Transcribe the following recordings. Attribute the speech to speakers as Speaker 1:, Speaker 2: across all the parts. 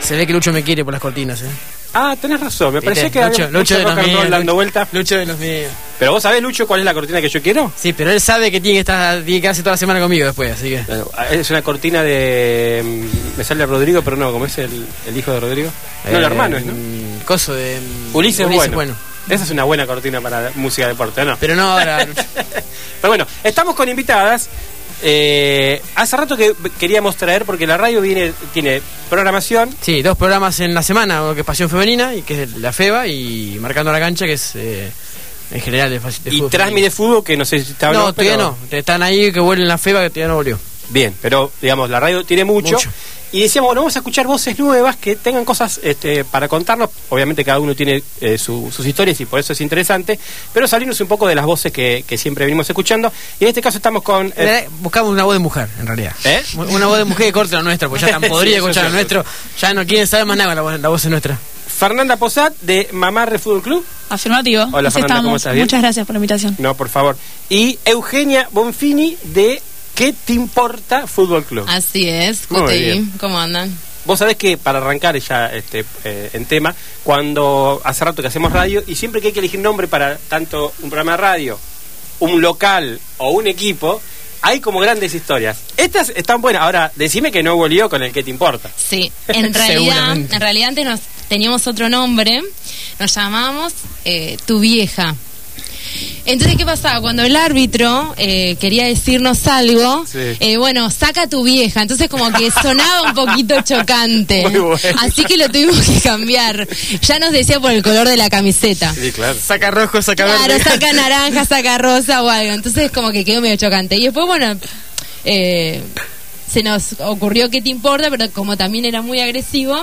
Speaker 1: Se ve que Lucho me quiere por las cortinas, ¿eh?
Speaker 2: Ah, tenés razón. Me parecía
Speaker 1: ¿Viste?
Speaker 2: que
Speaker 1: Lucho,
Speaker 2: había mucho
Speaker 1: Lucho de
Speaker 2: rock
Speaker 1: los
Speaker 2: and roll
Speaker 1: míos.
Speaker 2: dando
Speaker 1: Lucho-
Speaker 2: vueltas.
Speaker 1: Lucho de los míos.
Speaker 2: Pero vos sabés, Lucho, cuál es la cortina que yo quiero?
Speaker 1: Sí, pero él sabe que tiene que estar tiene que quedarse toda la semana conmigo después, así que.
Speaker 2: Bueno, Eh, Es una cortina de. mm, Me sale Rodrigo, pero no, como es el, el hijo de Rodrigo. No, el
Speaker 1: Eh,
Speaker 2: hermano es, ¿no?
Speaker 1: mm, Coso de. mm,
Speaker 2: Ulises, bueno.
Speaker 1: bueno.
Speaker 2: Esa es una buena cortina para la música de deporte, ¿o ¿no?
Speaker 1: Pero no ahora, Lucho.
Speaker 2: Pero bueno, estamos con invitadas. Eh, hace rato que queríamos traer, porque la radio viene, tiene programación.
Speaker 1: Sí, dos programas en la semana, uno que es Pasión Femenina, y que es la FEBA, y Marcando la Cancha, que es eh, en general de, fa- de
Speaker 2: Y
Speaker 1: fútbol
Speaker 2: Transmi
Speaker 1: femenino.
Speaker 2: de fútbol, que no sé si está o
Speaker 1: No, todavía
Speaker 2: pero-
Speaker 1: no. Están ahí que vuelven la FEBA, que todavía no volvió.
Speaker 2: Bien, pero digamos, la radio tiene mucho.
Speaker 1: Mucho.
Speaker 2: Y decíamos, bueno, vamos a escuchar voces nuevas que tengan cosas este, para contarnos. Obviamente cada uno tiene eh, su- sus historias y por eso es interesante, pero salirnos un poco de las voces que, que siempre venimos escuchando. Y en este caso estamos con... eh,
Speaker 1: Eh, Buscamos una voz de mujer, en realidad.
Speaker 2: ¿Eh?
Speaker 1: Una voz de mujer que corte la nuestra, porque ya tan
Speaker 2: Sí,
Speaker 1: podrida
Speaker 2: eso
Speaker 1: escuchar
Speaker 2: sí,
Speaker 1: la
Speaker 2: eso
Speaker 1: nuestra. Ya no quieren saber más nada, la, voz- la voz es nuestra.
Speaker 2: Fernanda Posat de Mamá Re Fútbol Club.
Speaker 3: Afirmativo.
Speaker 2: Hola,
Speaker 3: Así
Speaker 2: Fernanda, ¿cómo
Speaker 3: estamos.
Speaker 2: estás? Bien.
Speaker 3: Muchas gracias por la invitación.
Speaker 2: No, por favor. Y Eugenia Bonfini de ¿Qué te importa Fútbol Club?
Speaker 4: Así es,
Speaker 2: Muy
Speaker 4: QTI,
Speaker 2: bien.
Speaker 4: ¿cómo andan?
Speaker 2: Vos sabés que para arrancar ya este, eh, en tema, cuando hace rato que hacemos radio y siempre que hay que elegir nombre para tanto un programa de radio, un local o un equipo, hay como grandes historias. Estas están buenas. Ahora, decime que no hubo lío con el que te importa.
Speaker 4: Sí, en realidad,
Speaker 1: Seguramente.
Speaker 4: en realidad antes nos teníamos otro nombre, nos llamábamos eh, Tu Vieja. Entonces, ¿qué pasaba? Cuando el árbitro eh, quería decirnos algo,
Speaker 2: Sí.
Speaker 4: eh, bueno, saca a tu vieja. Entonces, como que sonaba un poquito chocante.
Speaker 2: Muy bueno.
Speaker 4: Así que lo tuvimos que cambiar. Ya nos decía por el color de la camiseta.
Speaker 2: Sí, claro.
Speaker 1: Saca rojo, saca
Speaker 4: Claro,
Speaker 1: verde.
Speaker 4: saca naranja, saca rosa o algo. Entonces como que quedó medio chocante. Y después, bueno, eh, se nos ocurrió que te importa, pero como también era muy agresivo,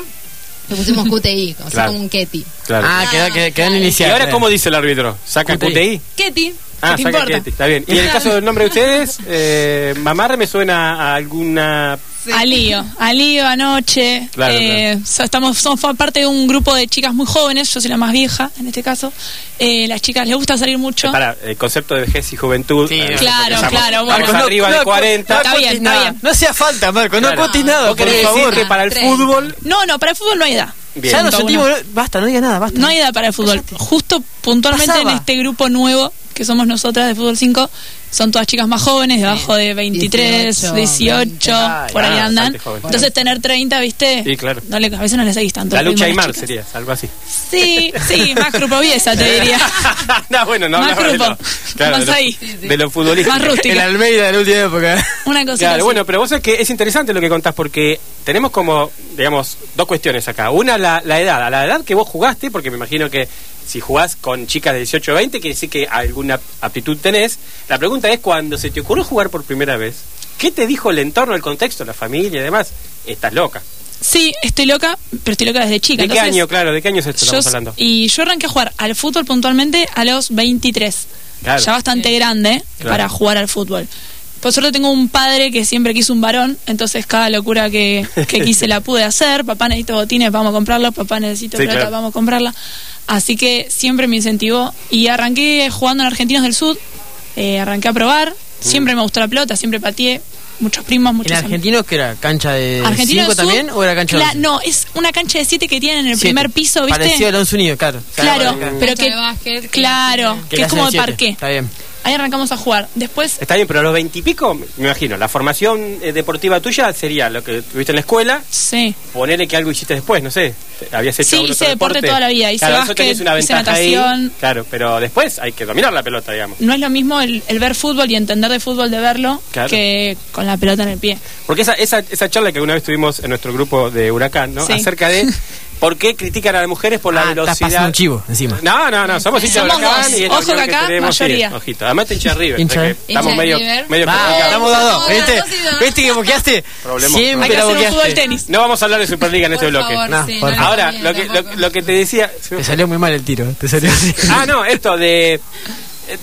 Speaker 4: le pusimos QTI, o sea,
Speaker 2: Claro.
Speaker 4: como un Ketty.
Speaker 1: Ah, quedan queda, quedan
Speaker 2: ¿Y
Speaker 1: iniciadas.
Speaker 2: ahora cómo dice el árbitro? ¿Saca
Speaker 1: QTI.
Speaker 2: QTI?
Speaker 4: Ketty,
Speaker 2: Ah,
Speaker 4: ¿qué te
Speaker 2: saca
Speaker 4: importa?
Speaker 2: QTI. Está bien. Y en el caso del nombre de ustedes, eh, Mamar me suena a alguna...
Speaker 3: Alío, Alío anoche.
Speaker 2: Claro,
Speaker 3: eh, so- Estamos, somos fa- parte de un grupo de chicas muy jóvenes, yo soy la más vieja en este caso. Eh, las chicas les gusta salir mucho.
Speaker 2: Eh, Para, el concepto de vejez y juventud.
Speaker 1: Sí,
Speaker 2: eh,
Speaker 3: claro,
Speaker 2: empezamos.
Speaker 3: claro, bueno.
Speaker 2: Vamos
Speaker 3: No,
Speaker 2: arriba de 40.
Speaker 3: Está bien, está
Speaker 1: cotis nada.
Speaker 3: bien.
Speaker 1: No hacía falta, Marco, no
Speaker 2: Claro.
Speaker 1: cotis nada,
Speaker 2: ¿Vos
Speaker 1: por
Speaker 2: querés decir
Speaker 1: favor.
Speaker 2: que para el
Speaker 4: Treinta.
Speaker 2: fútbol
Speaker 3: No, no, para el fútbol no hay edad.
Speaker 2: Bien.
Speaker 1: Ya nos
Speaker 3: Punto
Speaker 1: sentimos.
Speaker 3: uno.
Speaker 1: Basta, no digas nada, basta.
Speaker 3: No hay edad para el fútbol. Justo puntualmente
Speaker 1: Pasaba.
Speaker 3: en este grupo nuevo que somos nosotras de Fútbol 5, son todas chicas más jóvenes, debajo de 23, 18,
Speaker 4: 18, 20.
Speaker 2: Ay,
Speaker 3: por ahí
Speaker 2: ah,
Speaker 3: andan.
Speaker 2: bastante joven.
Speaker 3: Entonces tener 30, ¿viste?
Speaker 2: Sí, claro.
Speaker 3: No le, a veces no le seguís tanto.
Speaker 2: La
Speaker 3: el
Speaker 2: lucha
Speaker 3: ritmo a
Speaker 2: Aymar
Speaker 3: las chicas.
Speaker 2: sería, algo así.
Speaker 3: Sí, sí, más grupoviesa te diría.
Speaker 2: no, bueno, no
Speaker 3: Más
Speaker 2: hablaba de
Speaker 3: grupo.
Speaker 2: lo- claro, de
Speaker 3: Más
Speaker 2: lo-
Speaker 3: ahí.
Speaker 2: De los futbolistas.
Speaker 3: Más rústico.
Speaker 1: El Almeida de la última época.
Speaker 3: Una cosa
Speaker 2: Claro, bueno, pero vos sabés que es interesante lo que contás porque tenemos como, digamos, dos cuestiones acá. Una, la, la edad. A la edad que vos jugaste, porque me imagino que si jugás con chicas de 18 o 20, quiere decir que alguna aptitud tenés. La pregunta es, cuando se te ocurrió jugar por primera vez, ¿qué te dijo el entorno, el contexto, la familia y demás? Estás loca.
Speaker 3: Sí, estoy loca, pero estoy loca desde chica.
Speaker 2: ¿De qué
Speaker 3: entonces,
Speaker 2: año, claro? ¿De qué año es esto
Speaker 3: yo-
Speaker 2: estamos hablando?
Speaker 3: y yo arranqué a jugar al fútbol puntualmente a los 23.
Speaker 2: Claro.
Speaker 3: Ya bastante grande
Speaker 2: Claro.
Speaker 3: para jugar al fútbol. Por suerte tengo un padre que siempre quiso un varón, entonces cada locura que, que quise la pude hacer. Papá necesito botines, vamos a comprarlos. Papá necesito
Speaker 2: Sí,
Speaker 3: plata,
Speaker 2: claro.
Speaker 3: vamos a comprarla. Así que siempre me incentivó. Y arranqué jugando en Argentinos del Sur. eh, arranqué a
Speaker 2: Mm.
Speaker 3: probar. Siempre me gustó la pelota, siempre pateé. Muchos primos, muchos
Speaker 1: ¿El
Speaker 3: amigos.
Speaker 1: argentino que era? ¿Cancha de
Speaker 3: Argentina
Speaker 1: 5
Speaker 3: del Sur,
Speaker 1: también o era cancha de
Speaker 3: la-
Speaker 1: once?
Speaker 3: No, es una cancha de 7 que tienen en el
Speaker 1: Siete.
Speaker 3: primer piso, ¿viste?
Speaker 1: Parecido al 11 Unido, claro.
Speaker 3: Claro,
Speaker 1: Claro,
Speaker 3: pero
Speaker 4: Cancha
Speaker 3: que
Speaker 4: de básquet,
Speaker 3: claro,
Speaker 4: que
Speaker 3: que,
Speaker 1: la
Speaker 3: es como
Speaker 1: hacen
Speaker 3: de
Speaker 1: siete.
Speaker 3: parqué.
Speaker 1: Está bien.
Speaker 3: Ahí arrancamos a jugar. Después
Speaker 2: Está bien, pero a los veintipico, me imagino, la formación eh, deportiva tuya sería lo que tuviste en la escuela,
Speaker 3: sí.
Speaker 2: ponerle que algo hiciste después, no sé, te- habías hecho
Speaker 3: Sí,
Speaker 2: algún
Speaker 3: hice
Speaker 2: otro
Speaker 3: deporte toda la vida, hice
Speaker 2: claro, eso
Speaker 3: básquet,
Speaker 2: tenés una
Speaker 3: hice
Speaker 2: ventaja ahí,
Speaker 3: natación.
Speaker 2: claro, pero después hay que dominar la pelota, digamos.
Speaker 3: No es lo mismo el, el ver fútbol y entender de fútbol de verlo
Speaker 2: Claro.
Speaker 3: que con la pelota en el pie.
Speaker 2: Porque esa, esa, esa charla que alguna vez tuvimos en nuestro grupo de Huracán, ¿no?
Speaker 3: Sí.
Speaker 2: Acerca de por qué critican a las mujeres por la
Speaker 1: Ah, estás
Speaker 2: velocidad.
Speaker 1: pasando un chivo encima.
Speaker 2: No, no, no, somos hinchas de
Speaker 3: Somos
Speaker 2: Huracán
Speaker 3: dos.
Speaker 2: y es la
Speaker 3: Ojo
Speaker 2: opinión
Speaker 3: que acá,
Speaker 2: tenemos, sí,
Speaker 3: mayoría.
Speaker 2: ojito. Además te hincha de River,
Speaker 1: Hincha
Speaker 2: entonces
Speaker 1: de-
Speaker 2: que estamos
Speaker 4: Hincha de
Speaker 2: medio,
Speaker 4: River.
Speaker 2: medio
Speaker 4: Va,
Speaker 1: Ah,
Speaker 2: complicados.
Speaker 1: estamos dos a dos,
Speaker 4: Hola,
Speaker 1: ¿viste?
Speaker 4: dos y dos.
Speaker 1: ¿Viste que boqueaste?
Speaker 2: Problemón.
Speaker 3: Hay
Speaker 1: Siempre
Speaker 3: que
Speaker 1: la
Speaker 3: hacer un fútbol
Speaker 1: boqueaste.
Speaker 3: tenis.
Speaker 2: No vamos a hablar de Superliga en este
Speaker 4: Por
Speaker 2: bloque.
Speaker 4: favor,
Speaker 1: No,
Speaker 4: sí,
Speaker 1: por
Speaker 4: no
Speaker 1: favor.
Speaker 2: Ahora,
Speaker 4: conviene
Speaker 2: lo que, lo,
Speaker 4: tampoco.
Speaker 2: lo que te decía.
Speaker 1: Te salió muy mal el tiro. Te salió así.
Speaker 2: Ah, no, esto Ah, de. eh,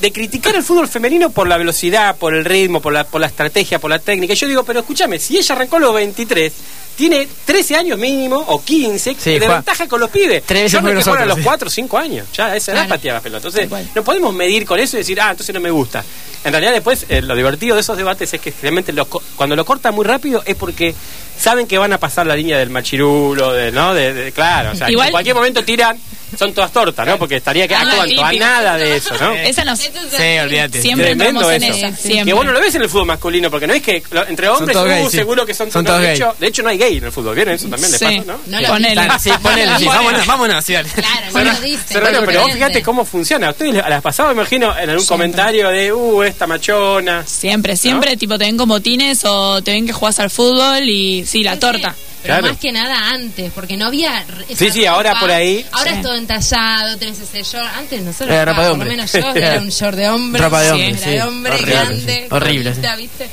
Speaker 2: de criticar el fútbol femenino por la velocidad, por el ritmo, por la, por la estrategia, por la técnica. Y yo digo, pero escúchame, si ella arrancó a los 23, tiene 13 años mínimo o 15
Speaker 1: Sí,
Speaker 2: de
Speaker 1: juega
Speaker 2: ventaja con los pibes.
Speaker 1: tres veces
Speaker 2: Yo no
Speaker 1: más
Speaker 2: es
Speaker 1: que
Speaker 2: que juegan
Speaker 1: nosotros,
Speaker 2: a los
Speaker 1: sí.
Speaker 2: 4 o 5 años. Ya a esa edad
Speaker 4: Claro.
Speaker 2: pateaba pelota. Entonces,
Speaker 3: Tal cual.
Speaker 2: no podemos medir con eso y decir, ah, entonces no me gusta. En realidad, después, eh, lo divertido de esos debates es que realmente los co- cuando lo cortan muy rápido es porque saben que van a pasar la línea del machirulo, de, ¿no? De, de- claro, o sea,
Speaker 3: Igual-
Speaker 2: en cualquier momento tiran, son todas tortas, ¿no? Porque estaría que
Speaker 3: Ah,
Speaker 2: a cuanto, a
Speaker 3: olímpico.
Speaker 2: nada de eso, ¿no?
Speaker 3: Esa nos,
Speaker 4: Eso es
Speaker 1: Sí, olvídate.
Speaker 3: siempre
Speaker 2: Tremendo
Speaker 3: entramos en
Speaker 2: eso.
Speaker 3: esa.
Speaker 4: Sí, sí.
Speaker 3: Siempre.
Speaker 2: Que vos no lo ves en el fútbol masculino, porque no es que lo- entre hombres
Speaker 1: todos
Speaker 2: uh,
Speaker 1: gays, sí.
Speaker 2: seguro que son,
Speaker 1: Son
Speaker 2: no,
Speaker 1: todos
Speaker 2: de
Speaker 1: gays.
Speaker 2: hecho, de hecho no hay gay en el fútbol, ¿vieron eso también de
Speaker 3: Sí.
Speaker 2: paso, no?
Speaker 4: No lo
Speaker 3: Ponele.
Speaker 1: Tan- sí, ponele, sí, vámonos, vámonos, sí, dale.
Speaker 4: Claro, no
Speaker 2: Bueno,
Speaker 4: lo diste,
Speaker 2: Serrano,
Speaker 4: fue
Speaker 2: pero vos
Speaker 4: diferente.
Speaker 2: fíjate cómo funciona. A ustedes a las pasadas, me imagino, en algún comentario de, uh, esta machona.
Speaker 3: Siempre, siempre, tipo, te ven con botines o te ven que jugás al fútbol y sí, la
Speaker 4: Sí,
Speaker 3: torta.
Speaker 4: sí. Pero
Speaker 2: Claro.
Speaker 4: más que nada antes, porque no había. r- esa
Speaker 2: Sí, sí, ahora por ahí.
Speaker 4: Ahora
Speaker 3: Sí.
Speaker 4: es todo entallado, tenés ese short. Antes nosotros.
Speaker 1: Era Eh, ropa de
Speaker 4: ah,
Speaker 1: hombre.
Speaker 4: Por lo menos yo era un short de hombre.
Speaker 1: Ropa de
Speaker 4: sí,
Speaker 1: hombre,
Speaker 4: era
Speaker 1: sí.
Speaker 4: de hombre,
Speaker 1: Horrible,
Speaker 4: grande.
Speaker 1: sí. Horrible,
Speaker 4: cortita,
Speaker 1: sí.
Speaker 4: ¿viste?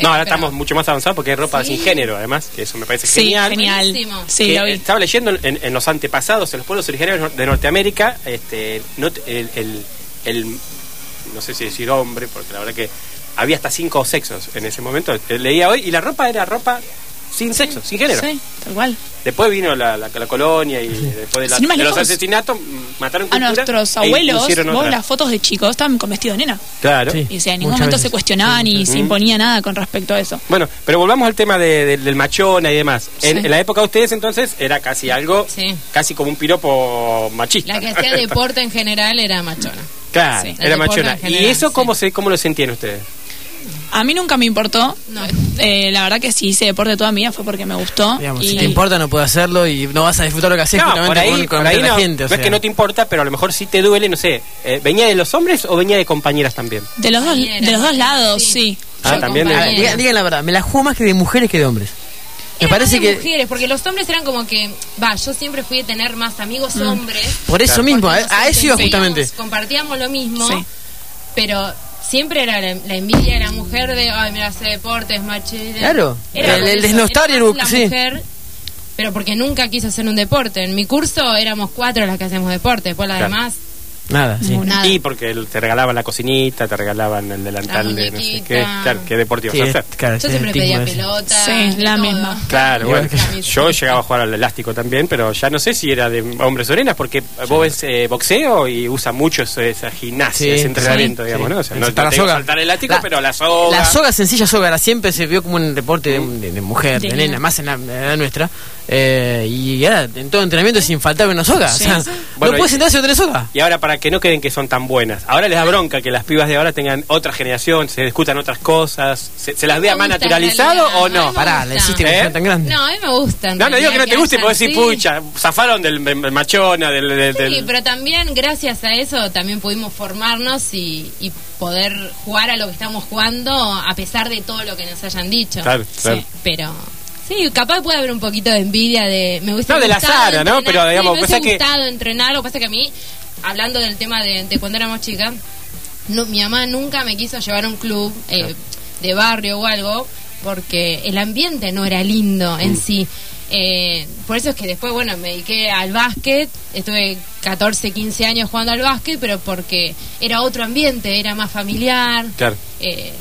Speaker 2: No, ahora
Speaker 4: Eh, pero-
Speaker 2: estamos mucho más avanzados porque es ropa
Speaker 4: Sí.
Speaker 2: sin género, además, que eso me parece
Speaker 3: Sí,
Speaker 2: genial.
Speaker 3: genial.
Speaker 4: Buenísimo.
Speaker 3: Sí,
Speaker 2: Que,
Speaker 3: lo
Speaker 2: eh,
Speaker 3: vi.
Speaker 2: Estaba leyendo en, en los antepasados, en los pueblos originarios nor- de Norteamérica, este, no t- el, el- el- no sé si decir hombre, porque la verdad que había hasta cinco sexos en ese momento. Eh, Leía hoy y la ropa era ropa sin sexo, sin género.
Speaker 3: Sí, tal cual.
Speaker 2: Después vino la, la- la colonia y después de, la-
Speaker 3: Sin ir más
Speaker 2: de los
Speaker 3: lejos.
Speaker 2: asesinatos mm, mataron
Speaker 3: A
Speaker 2: cultura
Speaker 3: nuestros
Speaker 2: e
Speaker 3: abuelos,
Speaker 2: impusieron
Speaker 3: vos
Speaker 2: otra.
Speaker 3: las fotos de chicos estaban con vestido de nena.
Speaker 2: Claro.
Speaker 1: Sí.
Speaker 3: Y o sea, en ningún
Speaker 1: Muchas
Speaker 3: momento
Speaker 1: veces.
Speaker 3: se cuestionaba ni se imponía nada con respecto a eso.
Speaker 2: Bueno, pero volvamos al tema de- de- del machona y demás. En,
Speaker 3: Sí.
Speaker 2: en la época de ustedes entonces era casi algo,
Speaker 4: Sí.
Speaker 2: casi como un piropo machista.
Speaker 4: La que hacía deporte en general era machona.
Speaker 2: Claro,
Speaker 3: Sí.
Speaker 2: era
Speaker 4: El deporte
Speaker 2: machona.
Speaker 4: en
Speaker 2: ¿Y
Speaker 4: general,
Speaker 2: eso
Speaker 4: sí.
Speaker 2: cómo, se, cómo lo sentían ustedes?
Speaker 3: A mí nunca me importó.
Speaker 4: No.
Speaker 3: Eh, la verdad que si hice deporte toda mi vida fue porque me gustó.
Speaker 1: Digamos,
Speaker 3: y
Speaker 1: si te importa no puedes hacerlo y no vas a disfrutar lo que haces
Speaker 2: no,
Speaker 1: justamente
Speaker 2: por ahí,
Speaker 1: con, con
Speaker 2: por ahí
Speaker 1: la
Speaker 2: no,
Speaker 1: gente. o
Speaker 2: no es
Speaker 1: sea.
Speaker 2: que no te importa, pero a lo mejor sí te duele, no sé. eh, ¿Venía de los hombres o venía de compañeras también?
Speaker 3: De los dos,
Speaker 4: Compañera,
Speaker 3: de los dos
Speaker 4: sí.
Speaker 3: lados, sí.
Speaker 2: Ah,
Speaker 4: Yo
Speaker 2: también
Speaker 1: A
Speaker 4: compañera.
Speaker 1: ver, diga- digan la verdad, me la juego más que de mujeres que de hombres. Me
Speaker 4: Era
Speaker 1: parece
Speaker 4: más de
Speaker 1: que
Speaker 4: mujeres, porque los hombres eran como que, va, yo siempre fui de tener más amigos
Speaker 3: Mm.
Speaker 4: hombres.
Speaker 1: por eso
Speaker 2: Claro.
Speaker 1: mismo, a,
Speaker 4: porque nos
Speaker 1: a eso iba
Speaker 4: entendíamos,
Speaker 1: justamente.
Speaker 4: Compartíamos lo mismo,
Speaker 3: Sí.
Speaker 4: pero siempre era la, la envidia de la mujer de, ay, mira, hace deportes, machete.
Speaker 1: Claro, el- el desnostar
Speaker 4: era
Speaker 1: y el
Speaker 4: más
Speaker 1: bu-
Speaker 4: la
Speaker 1: sí.
Speaker 4: mujer, pero porque nunca quiso hacer un deporte. En mi curso éramos cuatro las que hacíamos deporte, después las
Speaker 2: Claro.
Speaker 4: demás,
Speaker 1: Nada, sí.
Speaker 4: nada.
Speaker 2: Y porque el- te regalaban la cocinita, te regalaban el delantal
Speaker 4: La
Speaker 2: de no sé qué.
Speaker 4: muñequita.
Speaker 2: Claro, qué deportivo
Speaker 1: Sí,
Speaker 2: vas a hacer.
Speaker 1: es- claro,
Speaker 4: Yo
Speaker 1: es
Speaker 4: siempre
Speaker 1: el
Speaker 4: pedía
Speaker 1: estigma ese.
Speaker 4: pelota.
Speaker 3: Sí,
Speaker 4: de
Speaker 3: la
Speaker 4: todo.
Speaker 3: misma.
Speaker 2: Claro,
Speaker 1: Igual
Speaker 2: bueno,
Speaker 1: que-
Speaker 2: yo llegaba a jugar al elástico también, pero ya no sé si era de hombres o nenas, porque vos ves eh, boxeo y usa mucho eso- esa gimnasia,
Speaker 1: Sí,
Speaker 2: ese entrenamiento,
Speaker 1: sí,
Speaker 2: digamos,
Speaker 1: sí.
Speaker 2: ¿no? O sea,
Speaker 1: Sí,
Speaker 2: no
Speaker 1: para
Speaker 2: no te digo
Speaker 1: soga.
Speaker 2: saltar elástico,
Speaker 1: La-
Speaker 2: pero la soga.
Speaker 1: La soga sencilla, soga, la siempre se vio como un deporte de, de- de mujer, de,
Speaker 3: De
Speaker 1: nena,
Speaker 3: nena.
Speaker 1: más en la, en la edad nuestra. Eh, y ahora, en todo entrenamiento es infaltable una soga.
Speaker 3: Sí.
Speaker 1: o sea,
Speaker 2: Bueno,
Speaker 1: no puedes
Speaker 2: y-
Speaker 1: sentarse otra soga.
Speaker 2: Y ahora, para que no queden que son tan buenas, ahora les da bronca que las pibas de ahora tengan otra generación, se discutan otras cosas, se, se las vea
Speaker 4: Me
Speaker 2: más
Speaker 4: gusta, en
Speaker 2: naturalizado
Speaker 4: realidad,
Speaker 2: o
Speaker 4: ¿no?
Speaker 2: no.
Speaker 4: Me
Speaker 1: Pará,
Speaker 4: gusta.
Speaker 1: le hiciste que
Speaker 2: ¿Eh?
Speaker 1: sea tan grande.
Speaker 4: No, a mí me gustan.
Speaker 2: No, no digo que no te guste, porque decir,
Speaker 4: pucha.
Speaker 2: pucha, zafaron del, del machona, del. del-
Speaker 4: Sí,
Speaker 2: del-
Speaker 4: pero también gracias a eso también pudimos formarnos y, y poder jugar a lo que estamos jugando a pesar de todo lo que nos hayan dicho.
Speaker 2: Claro, claro.
Speaker 4: Sí, pero sí, capaz puede haber un poquito de envidia de me hubiese
Speaker 2: No, de la
Speaker 4: gustado
Speaker 2: Sara, ¿no?
Speaker 4: entrenar,
Speaker 2: Pero,
Speaker 4: sí,
Speaker 2: digamos,
Speaker 4: me hubiese
Speaker 2: pasa que-
Speaker 4: gustado entrenar, lo que pasa que a mí hablando del tema de, de cuando éramos chicas, no, mi mamá nunca me quiso llevar a un club eh, de barrio o algo porque el ambiente no era lindo
Speaker 2: Mm.
Speaker 4: en sí. Eh, por eso es que después, bueno, me dediqué al básquet, estuve 14, 15 años jugando al básquet, pero porque era otro ambiente, era más familiar,
Speaker 2: Claro.
Speaker 4: eh,